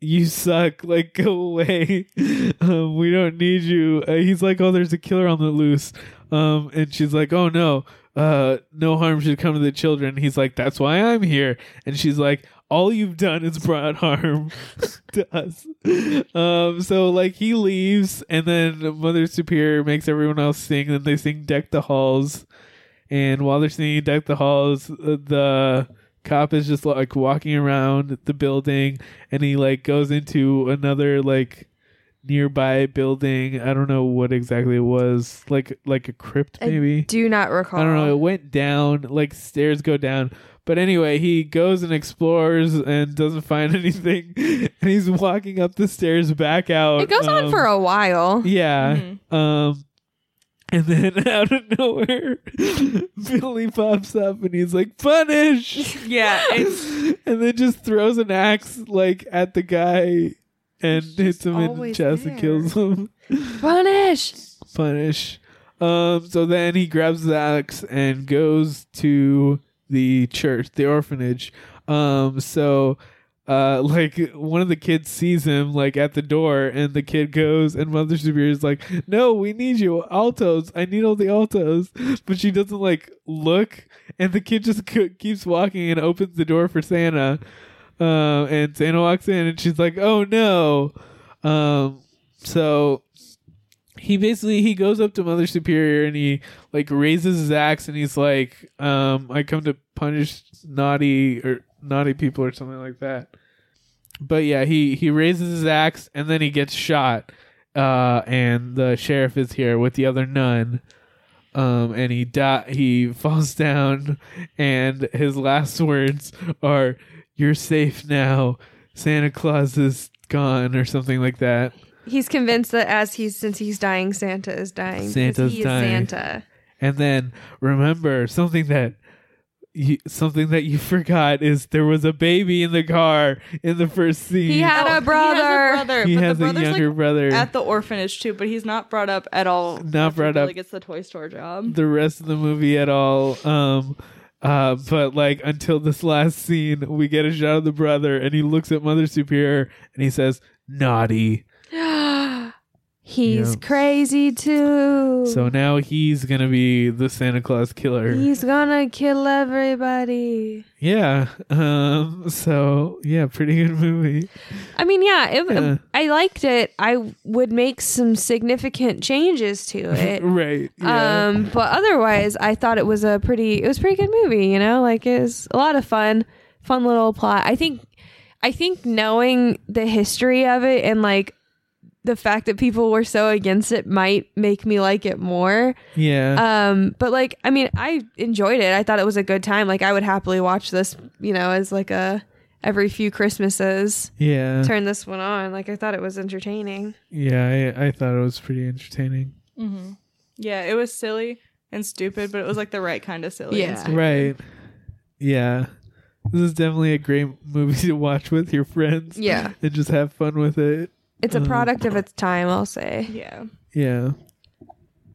S3: "You suck. <laughs> Like, go away. <laughs> um, we don't need you." Uh, he's like, "Oh, there's a killer on the loose," um, and she's like, "Oh no." Uh, no harm should come to the children. He's like, that's why I'm here. And she's like, all you've done is brought harm <laughs> to us. Um, so like he leaves, and then Mother Superior makes everyone else sing. Then they sing "Deck the Halls," and while they're singing "Deck the Halls," uh, the cop is just like walking around the building, and he like goes into another like nearby building. I don't know what exactly it was, like like a crypt
S1: I
S3: maybe.
S1: Do not recall.
S3: I don't know. It went down, like stairs go down. But anyway, he goes and explores and doesn't find <laughs> anything. And he's walking up the stairs back out.
S1: It goes on
S3: um,
S1: for a Mm-hmm. while.
S3: yeah. Um, and then <laughs> out of nowhere, <laughs> Billy pops up and he's like, "Punish!"
S2: Yeah, it's
S3: <laughs> and then just throws an axe like at the guy and hits him in the
S1: always
S3: chest and kills him.
S1: Punish.
S3: Punish. Um, so then he grabs the axe and goes to the church, the orphanage. Um, so uh, <laughs> like one of the kids sees him like at the door, and the kid goes, and Mother Superior is like, "No, we need you, altos. I need all the altos." <laughs> But she doesn't like look, and the kid just c- keeps walking and opens the door for Santa. Uh, and Santa walks in, and she's like, "Oh no!" Um, so he basically he goes up to Mother Superior and he like raises his axe and he's like, um, "I come to punish naughty or naughty people or something like that." But yeah, he he raises his axe and then he gets shot. Uh, and the sheriff is here with the other nun. Um, and he die- he <laughs> falls down, and his last words are, "You're safe now. Santa Claus is gone," or something like that.
S1: He's convinced that as he's since he's dying, Santa is dying. 'cause
S3: Santa's
S1: he is
S3: dying.
S1: Santa.
S3: And then remember something that you, something that you <laughs> forgot is there was a baby in the car in the first scene.
S1: Oh, He had a brother.
S2: He has a brother,
S3: He
S2: but
S3: has
S2: the
S3: a
S2: brother's
S3: younger
S2: like
S3: brother.
S2: at the orphanage too, but he's not brought up at all. after
S3: brought
S2: Billy
S3: up.
S2: Gets the toy store job.
S3: the rest of the movie at all. Um, uh, but like until this last scene, we get a shot of the brother, and he looks at Mother Superior, and he says, "Naughty."
S1: <gasps> He's
S3: Yeah.
S1: crazy too.
S3: So now he's gonna be the Santa Claus killer.
S1: he's gonna kill everybody.
S3: yeah. Um. So yeah, pretty good movie.
S1: I mean, yeah, it,
S3: Yeah.
S1: I liked it. I would make some significant
S3: <laughs>
S1: changes to it.
S3: right. Yeah.
S1: Um, but otherwise, I thought it was a pretty it was a pretty good movie. You know, like it was a lot of fun, fun little plot. I think, I think knowing the history of it and like the fact that people were so against it might make me like it more.
S3: <laughs> yeah.
S2: uh,
S1: Um, but like, I mean, I enjoyed it. I thought it was a good time. Like, I would happily watch this. You know, as like a every few Christmases.
S3: Yeah.
S1: Turn this one on. Like I thought it was entertaining.
S3: Yeah, I, I thought it was pretty entertaining.
S2: Yeah, it was silly and stupid, but it was like the right kind of silly.
S1: Yeah.
S3: Right. Yeah. This is definitely a great movie <laughs> to watch with your friends.
S1: Yeah.
S3: And just have fun with it.
S1: It's a
S3: Mm.
S1: product of its time, I'll say.
S2: Yeah.
S3: Yeah.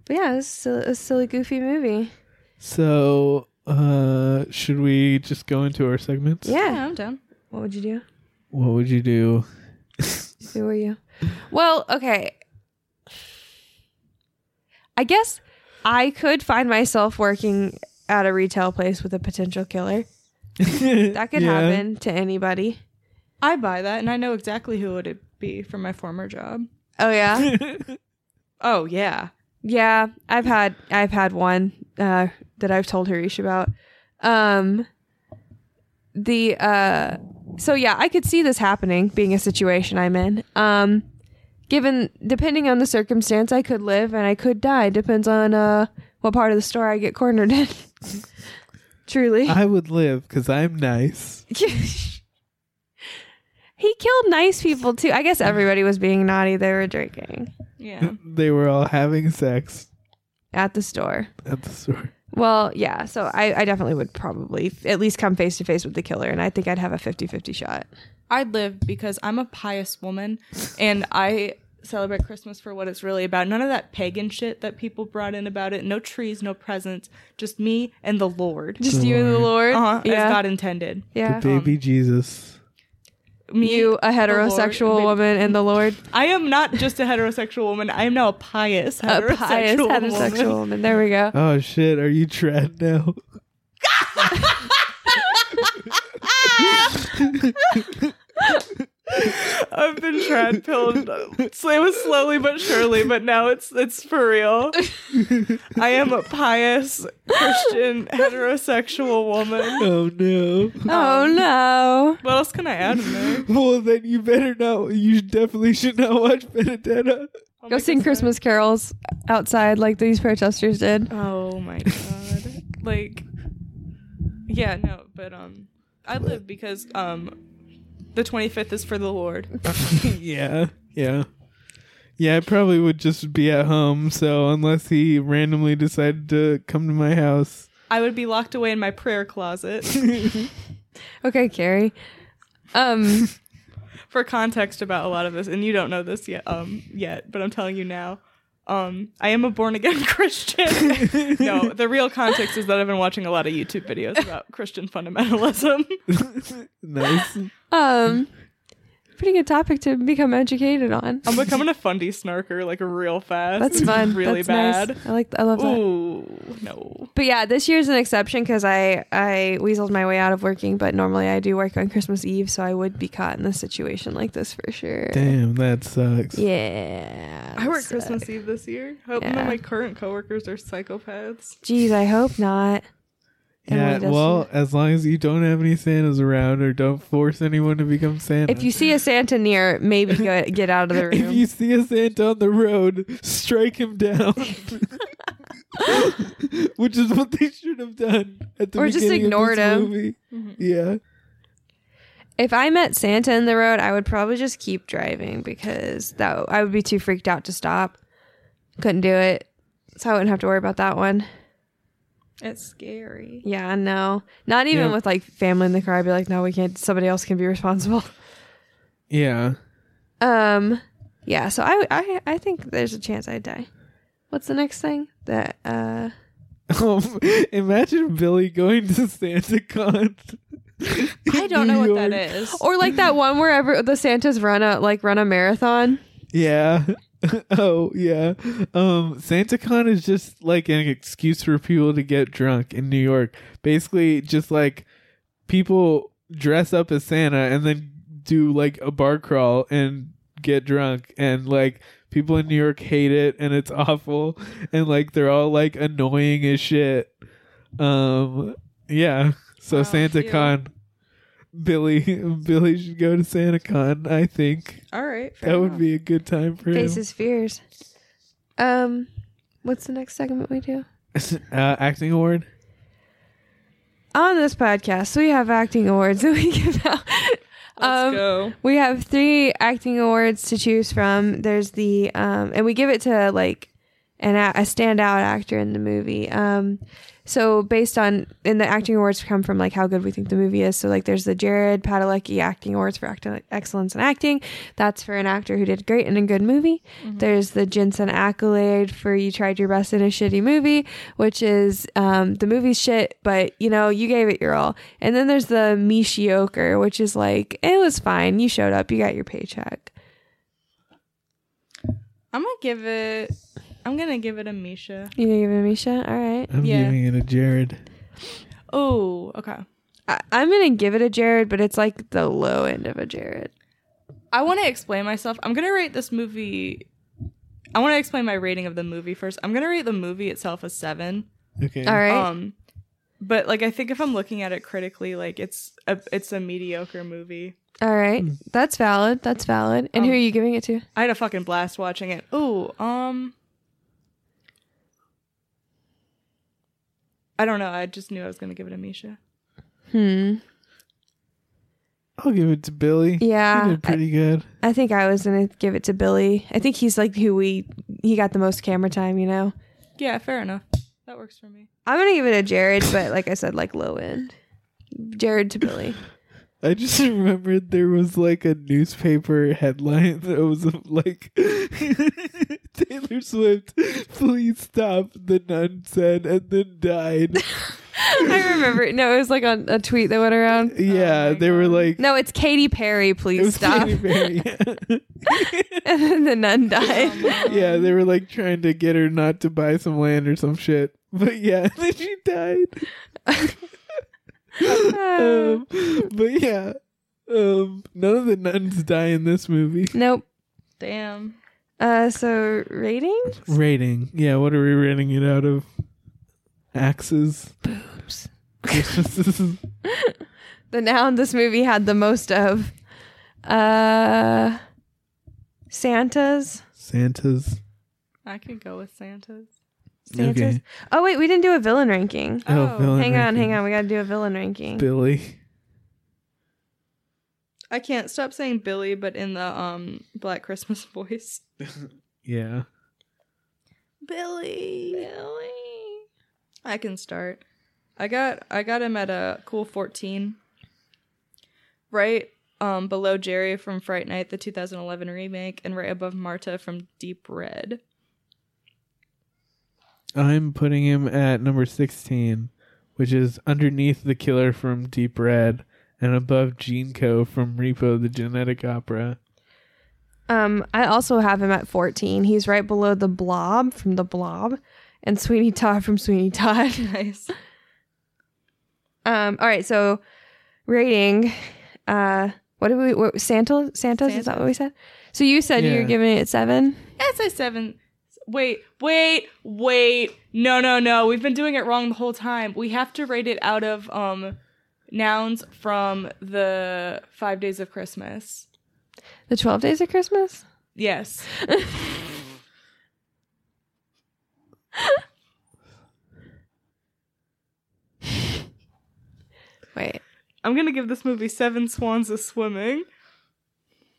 S1: But yeah, it's a, a silly, goofy movie.
S3: So, uh should we just go into our segments?
S1: Yeah.
S2: Yeah, I'm down.
S1: What would you do?
S3: What would you do?
S1: <laughs> If Who were you? Well, okay. I guess I could find myself working at a retail place with a potential killer. That could
S3: Yeah.
S1: happen to anybody.
S2: I buy that, and I know exactly who it would be from my former job.
S1: Oh yeah,
S2: Oh yeah,
S1: yeah. I've had I've had one uh, that I've told Harish about. Um, the uh, so yeah, I could see this happening, being a situation I'm in. Um, given depending on the circumstance, I could live and I could die. Depends on uh what part of the store I get cornered in. <laughs> Truly, <laughs>
S3: I would live because I'm nice.
S1: he killed nice people too. I guess everybody was being naughty. They were drinking
S2: yeah.
S3: They were all having sex
S1: at the store.
S3: at the store.
S1: Well, yeah. So I, I definitely would probably f- at least come face to face with the killer, and I think I'd have a 50 50 shot.
S2: I'd live because I'm a pious woman and I celebrate Christmas for what it's really about. None of that pagan shit that people brought in about it. No trees, no presents. Just me and the Lord.
S1: Just you and the Lord.
S2: uh-huh,
S1: yeah.
S2: as God intended.
S1: yeah.
S3: The baby Jesus.
S2: Me,
S1: You, a
S2: the
S1: heterosexual
S2: Lord, and
S1: woman, and the Lord,
S2: baby- I am not just a heterosexual woman. I am now a pious
S1: a
S2: heterosexual,
S1: pious heterosexual
S2: woman.
S1: woman. There we go.
S3: Oh shit, are you trad now? <laughs>
S2: <laughs> I've been trad pilled. So it was slowly but surely, but now it's it's for real. I am a pious Christian heterosexual woman.
S3: Oh no.
S1: oh
S2: Um,
S1: no.
S2: What else can I add in there?
S3: Well, then you better not. You definitely should not watch Benedetta.
S1: Go sing Christmas carols outside like these protesters did.
S2: Oh my god. like Yeah, no, but um I live because um the 25th is for the Lord.
S3: <laughs> yeah, yeah, yeah. I probably would just be at home. So unless he randomly decided to come to my house,
S2: I would be locked away in my prayer closet. <laughs>
S1: Okay, Carrie. Um,
S2: for context about a lot of this, and you don't know this yet, um, yet, but I'm telling you now. Um, I am a born again <laughs> Christian. no, the real context is that I've been watching a lot of YouTube videos about Christian fundamentalism. <laughs>
S1: <laughs>
S3: nice.
S1: Um, pretty good topic to become educated on.
S2: I'm becoming a fundy snarker like real fast.
S1: That's fun.
S2: really
S1: That's
S2: bad.
S1: Nice. I like. I love that.
S2: Ooh, no.
S1: But yeah, this year's an exception because I I weaseled my way out of working. But normally I do work on Christmas Eve, so I would be caught in a situation like this for sure.
S3: Damn, that sucks.
S1: Yeah.
S2: I work
S1: so-
S2: Christmas Eve this year. Hoping
S1: Yeah.
S2: that my current coworkers are psychopaths.
S1: Geez, I hope not. Emily
S3: Yeah,
S1: doesn't.
S3: well, as long as you don't have any Santas around or don't force anyone to become Santa.
S1: If you see a Santa near,
S3: <laughs>
S1: maybe go, get out of the room.
S3: if you see a Santa on the road, strike him down. Which is what they should have done at the
S1: Or
S3: beginning
S1: just
S3: of
S1: ignored
S3: this
S1: him.
S3: movie. Yeah,
S1: if I met Santa in the road, I would probably just keep driving because that I would be too freaked out to stop. Couldn't do it, so I wouldn't have to worry about that one.
S2: It's scary.
S1: Yeah, no, not even
S3: Yeah.
S1: with like family in the car. I'd be like, no, we can't. Somebody else can be responsible.
S3: yeah.
S1: Um, yeah. So I, I, I think there's a chance I'd die. What's the next thing that? uh
S3: Um, <laughs> imagine Billy going to SantaCon.
S2: I don't know what that is.
S1: Or like that one where ever the Santas run a like run a marathon.
S3: Yeah. <laughs> oh yeah. Um SantaCon is just like an excuse for people to get drunk in New York. Basically just like people dress up as Santa and then do like a bar crawl and get drunk and like people in New York hate it and it's <laughs> awful and like they're all like annoying as shit. Um yeah. So
S2: Wow,
S3: SantaCon Billy <laughs> Billy should go to SantaCon, I think.
S2: All right. fair
S3: That
S2: enough.
S3: would be a good time for him.
S1: Faces fears. Um, what's the next segment we do?
S3: <laughs> uh, acting award.
S1: On this podcast, we have acting awards that we <laughs> give out.
S2: Let's
S1: Um,
S2: go.
S1: We have three acting awards to choose from. There's the um, and we give it to like an a, a standout actor in the movie. Um, so based on and the acting awards come from like how good we think the movie is. So like there's the Jared Padalecki acting awards for acting excellence in acting. That's for an actor who did great in a good movie. There's the Jensen accolade for you tried your best in a shitty movie, which is um, the movie's shit, but you know you gave it your all. And then there's the mediocre, which is like it was fine. You showed up, you got your paycheck.
S2: I'm gonna give it. I'm gonna give it a Misha.
S1: You gonna give it to Misha? All right.
S3: I'm
S2: Yeah.
S3: giving it a Jared.
S2: Oh, okay.
S1: I- I'm gonna give it a Jared, but it's like the low end of a Jared.
S2: I want to explain myself. I'm gonna rate this movie. I want to explain my rating of the movie first. I'm gonna rate the movie itself a seven.
S3: Okay.
S1: All right.
S2: Um, but like I think if I'm looking at it critically, like it's a it's a mediocre movie.
S1: All right. That's valid. That's valid. And who
S2: Um,
S1: are you giving it to?
S2: I had a fucking blast watching it. Ooh, um, I don't know. I just knew I was gonna give it a Misha.
S1: Hmm.
S3: I'll give it to Billy.
S1: Yeah,
S3: He did pretty good.
S1: I think I was gonna give it to Billy. I think he's like who we he got the most camera time. You know.
S2: Yeah, fair enough. That works for me.
S1: I'm gonna give it a Jared, but like I said, like low end. Jared to Billy.
S3: I just <laughs> remembered there was like a newspaper headline that was of, like <laughs> Taylor Swift, please stop. The nun said, and then
S1: <laughs>
S3: died.
S1: <laughs> I remember. No, it was like on a tweet that went around.
S3: yeah, they were like,
S1: Oh No, it's Katy Perry.
S3: it
S1: Please
S3: was
S1: stop.
S3: Katy <laughs> Perry.
S1: <laughs> and then the nun <laughs> died.
S3: yeah, they were like trying to get her not to buy some land or some shit. But yeah, <laughs> then she died. um, but yeah, um, none of the nuns die in this movie.
S1: <laughs> nope.
S2: Damn.
S1: Uh, so ratings.
S3: Rating, yeah. What are we rating it out of? Axes, <laughs> boobs.
S1: The noun this movie had the most of. Uh, Santas.
S3: Santas.
S2: I could go with Santa's.
S1: Santas. Oh wait, we didn't do a villain ranking.
S2: Oh,
S3: villain
S1: Hang on, hang
S3: rankings.
S1: on. We gotta do a villain ranking.
S3: Billy.
S2: I can't stop saying Billy, but in the um Black Christmas <laughs> voice.
S3: Yeah.
S2: Billy. Billy. I can start. I got I got him at a cool 14. Right um, below Jerry from Fright Night, the 2011 remake, and right above Marta from Deep Red.
S3: I'm putting him at number 16, which is underneath the killer from Deep Red and above Gene Co from Repo the Genetic Opera.
S1: Um, I also have him at 14. He's right below the Blob from the Blob, and Sweeney Todd from Sweeney Todd. <laughs>
S2: Nice.
S1: Um, all right, so rating. Uh, what did we? What, Santa, Santa's is that what we said? So you said you
S3: Yeah.
S1: were giving it seven.
S2: That's a seven. Wait, wait, wait. No, no, no. We've been doing it wrong the whole time. We have to rate it out of um nouns from the Five Days of Christmas.
S1: The Twelve Days of Christmas.
S2: Yes.
S1: Wait.
S2: I'm gonna give this movie seven swans a swimming. <laughs>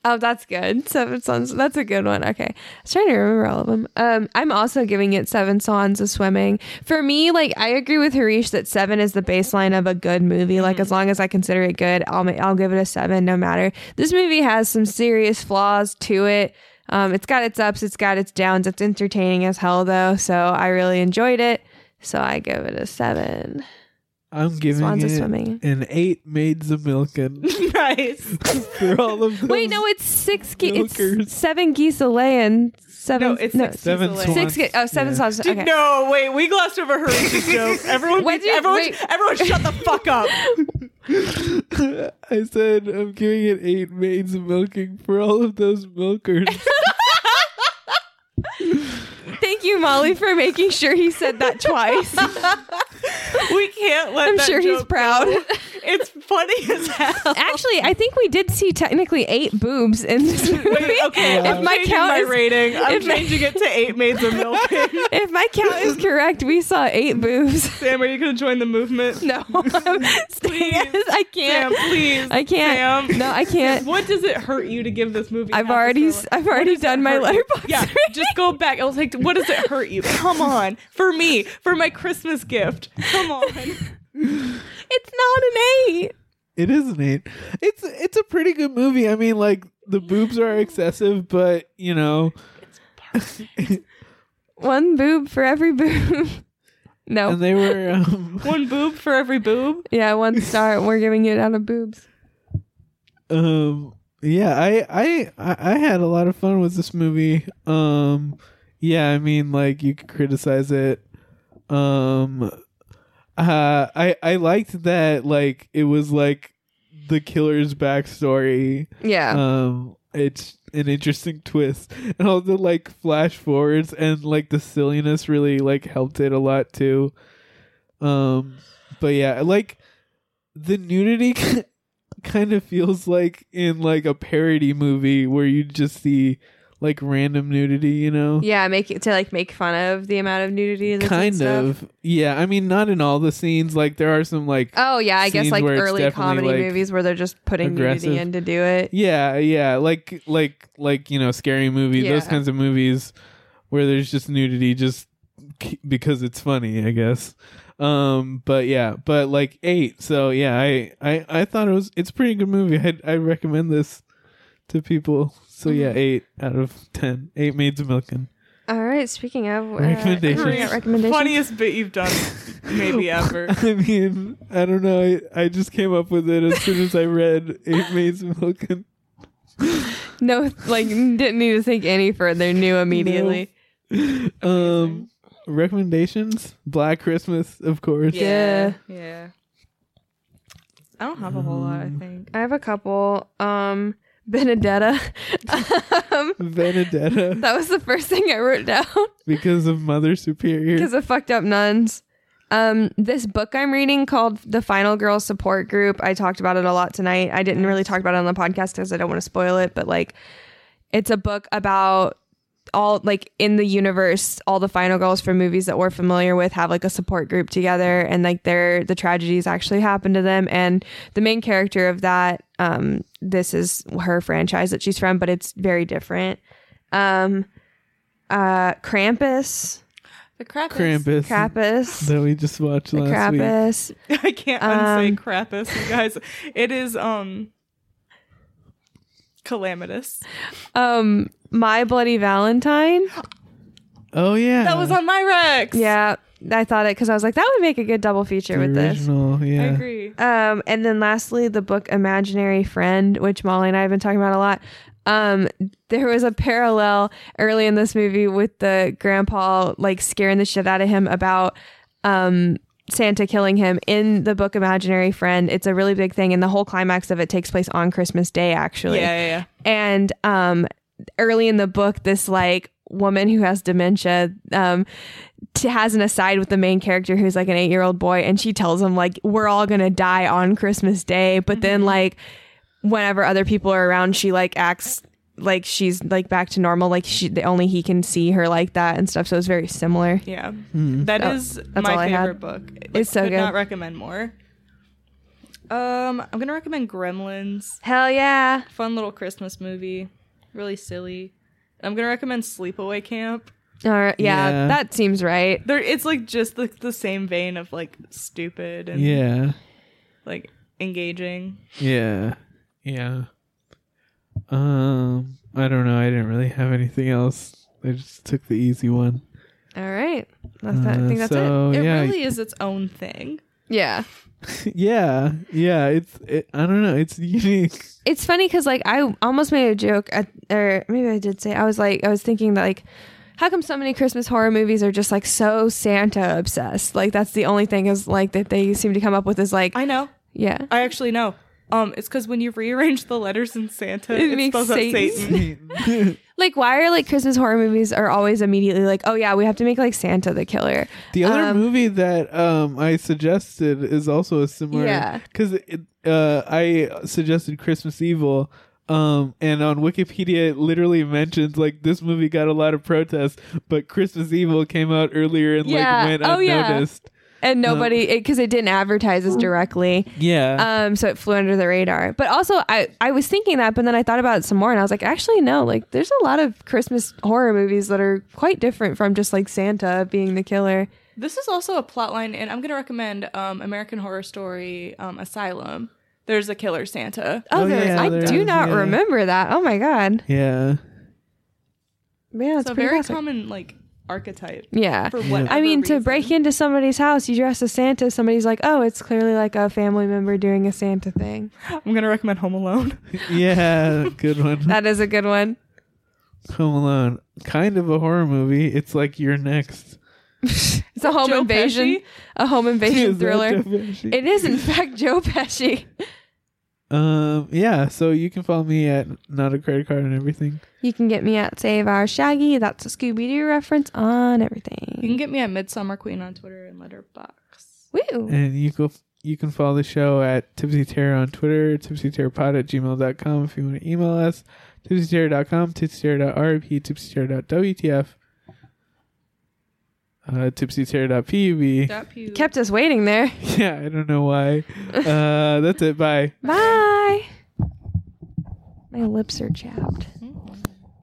S1: Oh, that's good. Seven Sons. That's a good one. Okay. I was trying to remember all of them. Um, I'm also giving it Seven Sons of Swimming. For me, like, I agree with Harish that seven is the baseline of a good movie.
S2: Mm-hmm.
S1: Like, as long as I consider it good, I'll, ma- I'll give it a seven no matter. This movie has some serious flaws to it. Um, it's got its ups, it's got its downs. It's entertaining as hell, though. So I really enjoyed it. So I give it a seven.
S3: I'm giving
S1: Swans are
S3: it
S1: swimming.
S3: an eight maids of milking
S1: <laughs>
S2: nice.
S3: for all of those.
S1: Wait, no, it's six. Ge-
S3: Milkers.
S1: it's seven geese a lay and seven.
S2: No, it's six
S3: seven
S2: Six
S3: swans.
S1: Six. Ge- oh, seven
S3: Yeah.
S1: Sons.
S2: Dude,
S1: Okay.
S2: No, wait. We glossed over
S1: <laughs>
S2: Horatio's joke. Everyone,
S1: What did-
S2: everyone,
S1: wait.
S2: everyone, shut the fuck
S1: <laughs>
S2: up.
S3: <laughs> I said I'm giving it eight maids of milking for all of those
S1: <laughs>
S3: milkers.
S1: Thank you, Molly, for making sure he
S2: <laughs>
S1: said that twice.
S2: We can't let.
S1: I'm
S2: that
S1: sure he's
S2: joke-
S1: proud.
S2: <laughs> It's funny as hell.
S1: Actually, I think we did see technically eight boobs in this movie.
S2: Wait, okay.
S1: if
S2: I'm
S1: my
S2: changing
S1: count
S2: my
S1: is
S2: rating, I'm
S1: if my-
S2: changing it to eight maids of
S1: <laughs>
S2: milking.
S1: if my count is correct, we saw eight boobs. <laughs>
S2: Sam, are you gonna join the movement?
S1: No, I'm staying at this. I
S2: Sam,
S1: can't.
S2: please.
S1: I can't.
S2: Sam.
S1: No, I can't.
S2: What does it hurt you to give this movie?
S1: I've
S2: half a
S1: already
S2: star?
S1: s- I've already
S2: does it
S1: done my
S2: hurt you?
S1: letterbox
S2: Yeah,
S1: rating.
S2: just go back. I was like, what does it hurt you? Come on, for me, for my Christmas gift. Come on.
S1: It's not an eight.
S3: it is an eight. It's it's a pretty good movie. I mean, like the boobs are excessive, but you know,
S1: <laughs>
S3: <laughs>
S1: One boob for every boob. <laughs> No.
S3: and they were. Um,
S2: One boob for every boob.
S1: yeah, one star. We're giving it out of boobs.
S3: um yeah I, I i i had a lot of fun with this movie um yeah i mean like you could criticize it um uh i i liked that like it was like the killer's backstory
S1: Yeah.
S3: um it's an interesting twist and all the like flash forwards and like the silliness really like helped it a lot too um but yeah like the nudity <laughs> kind of feels like in like a parody movie where you just see like random nudity you
S2: Oh.
S3: know
S1: yeah, make it to like make fun of the amount of nudity. That's in
S3: kind
S1: stuff.
S3: of yeah i mean not in all the scenes like there are some like
S1: Oh yeah, I guess
S3: scenes
S1: like
S3: where it's
S1: early
S3: definitely,
S1: comedy
S3: like,
S1: movies where they're just putting
S3: aggressive.
S1: nudity in to do it.
S3: Yeah, yeah, like like like you know, scary movie, those
S1: Yeah.
S3: kinds of movies where there's just nudity just c- because it's funny, I guess. Um, but yeah, but like eight. So yeah, I I I thought it was it's a pretty good movie. I I recommend this to people. So yeah, eight out of ten. Eight maids of milking.
S1: All right. Speaking of uh,
S3: Recommendations.
S1: internet recommendations.
S2: Funniest bit you've done, maybe
S1: <laughs>
S2: ever.
S3: <laughs> I mean, I don't know. I, I just came up with it as soon as I read Eight Maids of Milking.
S1: No, like didn't need to think any further. Knew immediately.
S3: Um, recommendations: Black Christmas, of course.
S1: Yeah.
S2: Yeah. I don't have a whole lot. I think.
S1: I have a couple. Um, Benedetta. <laughs> um,
S3: Benedetta
S1: that was the first thing I wrote down
S3: because of Mother Superior.
S1: because of fucked up nuns. Um, this book I'm reading called The Final Girl Support Group. I talked about it a lot tonight. I didn't really talk about it on the podcast because I don't want to spoil it, but like it's a book about all like in the universe all the final girls from movies that we're familiar with have like a support group together and like their the tragedies actually happen to them and the main character of that um this is her franchise that she's from but it's very different um uh krampus
S2: The crap.
S3: Krampus
S1: krampus
S3: that we just watched
S1: the
S3: last week.
S2: <laughs>
S1: krampus
S2: I can't unsay Krampus, you guys. It is um calamitous.
S1: Um, My Bloody Valentine.
S3: Oh yeah,
S2: That was on my Rex.
S1: Yeah, I thought it because I was like, that would make a good double feature with this.
S3: original. Yeah,
S2: I agree.
S1: Um, and then lastly, the book Imaginary Friend, which Molly and I have been talking about a lot. Um, there was a parallel early in this movie with the grandpa like scaring the shit out of him about um Santa killing him in the book Imaginary Friend. It's a really big thing, and the whole climax of it takes place on Christmas Day,
S2: Yeah,
S1: actually.
S2: yeah, yeah.
S1: And um, early in the book, this like woman who has dementia um, t- has an aside with the main character who's like an eight year old boy, and she tells him like we're all gonna die on Christmas Day, but then like whenever other people are around, she like acts like she's like back to normal, like she the only he can see her like that and stuff. So it's very similar.
S2: Yeah. That
S1: Oh,
S2: is
S1: that's all I
S2: my
S1: had.
S2: favorite book. Like,
S1: It's so
S2: could
S1: good.
S2: not recommend more. Um, I'm gonna recommend Gremlins.
S1: Hell yeah!
S2: Fun little Christmas movie. Really silly. I'm gonna recommend Sleepaway Camp.
S1: All right, yeah,
S3: Yeah.
S1: that seems right.
S2: There, it's like just the, the same vein of like stupid and
S3: yeah,
S2: like engaging.
S3: yeah, yeah. Um, I don't know. I didn't really have anything else. I just took the easy one.
S1: All right, that's, I
S3: Uh,
S1: think that's it.
S3: so,
S2: It
S3: yeah,
S2: really is its own thing.
S1: Yeah.
S3: <laughs> yeah, yeah. It's it, I don't know. It's <laughs> unique.
S1: <laughs> it's funny because like I almost made a joke at, or maybe I did say I was like I was thinking that like how come so many Christmas horror movies are just like so Santa obsessed like that's the only thing is like that they seem to come up with is like
S2: I know.
S1: yeah
S2: I actually know. Um, it's because when you rearrange the letters in Santa,
S1: It
S2: it,
S1: makes
S2: spells
S1: Satan.
S2: out Satan.
S1: like why are like Christmas horror movies are always immediately like oh yeah we have to make like Santa the killer
S3: The other
S1: Um,
S3: movie that um, I suggested is also a similar.
S1: Yeah.
S3: Because uh, I suggested Christmas Evil. Um, and on Wikipedia, it literally mentions like this movie got a lot of protests, but Christmas Evil came out earlier and
S1: Yeah.
S3: like went
S1: Oh, yeah.
S3: unnoticed.
S1: and nobody because it didn't advertise us directly
S3: Yeah.
S1: um so it flew under the radar but also i i was thinking that but then i thought about it some more and i was like actually no like there's a lot of christmas horror movies that are quite different from just like santa being the killer
S2: This is also a plot line, and I'm going to recommend um, American Horror Story um, Asylum. There's a killer Santa.
S1: oh,
S3: Oh,
S1: there-
S3: yeah,
S1: i
S3: there
S1: do
S3: is,
S1: not
S3: yeah.
S1: remember that oh my god <laughs>
S3: yeah.
S1: man
S2: It's
S1: that's
S2: a
S1: pretty
S2: very
S1: classic.
S2: common like archetype.
S1: yeah
S2: For what?
S1: I mean, to break into somebody's house, you dress as Santa. Somebody's like, "Oh, it's clearly like a family member doing a
S3: <laughs>
S1: Santa thing."
S2: I'm gonna recommend Home Alone.
S3: Yeah. Good one.
S1: That is a good one. Uh,
S3: Home Alone. Kind of a horror movie. It's like you're
S1: <laughs>
S3: next.
S1: It's a
S2: <laughs>
S1: home
S2: Joe
S1: invasion,
S2: Pesci?
S1: a home
S3: <laughs>
S1: invasion
S3: Is that
S1: thriller.
S3: definition?
S1: It is, in fact, Joe Pesci.
S3: Um. Yeah. So you can follow me at not a credit card and everything.
S1: You can get me at Save Our Shaggy. That's a Scooby Doo reference on
S2: You
S1: everything.
S2: can get me at Midsummer Queen on Twitter and Letterbox.
S1: Woo!
S3: And you go you can follow the show at Tipsy Terror on Twitter, tipsyterrorpod at gmail.com if you want to email us, tipsyterror.com, tipsyterror.rp, tipsyterror.wtf, uh, tipsyterror.pub.
S2: Dot pubes.
S1: Kept us waiting there.
S3: <laughs> Yeah, I don't know why. Uh, that's it. Bye.
S1: Bye. My lips are chapped.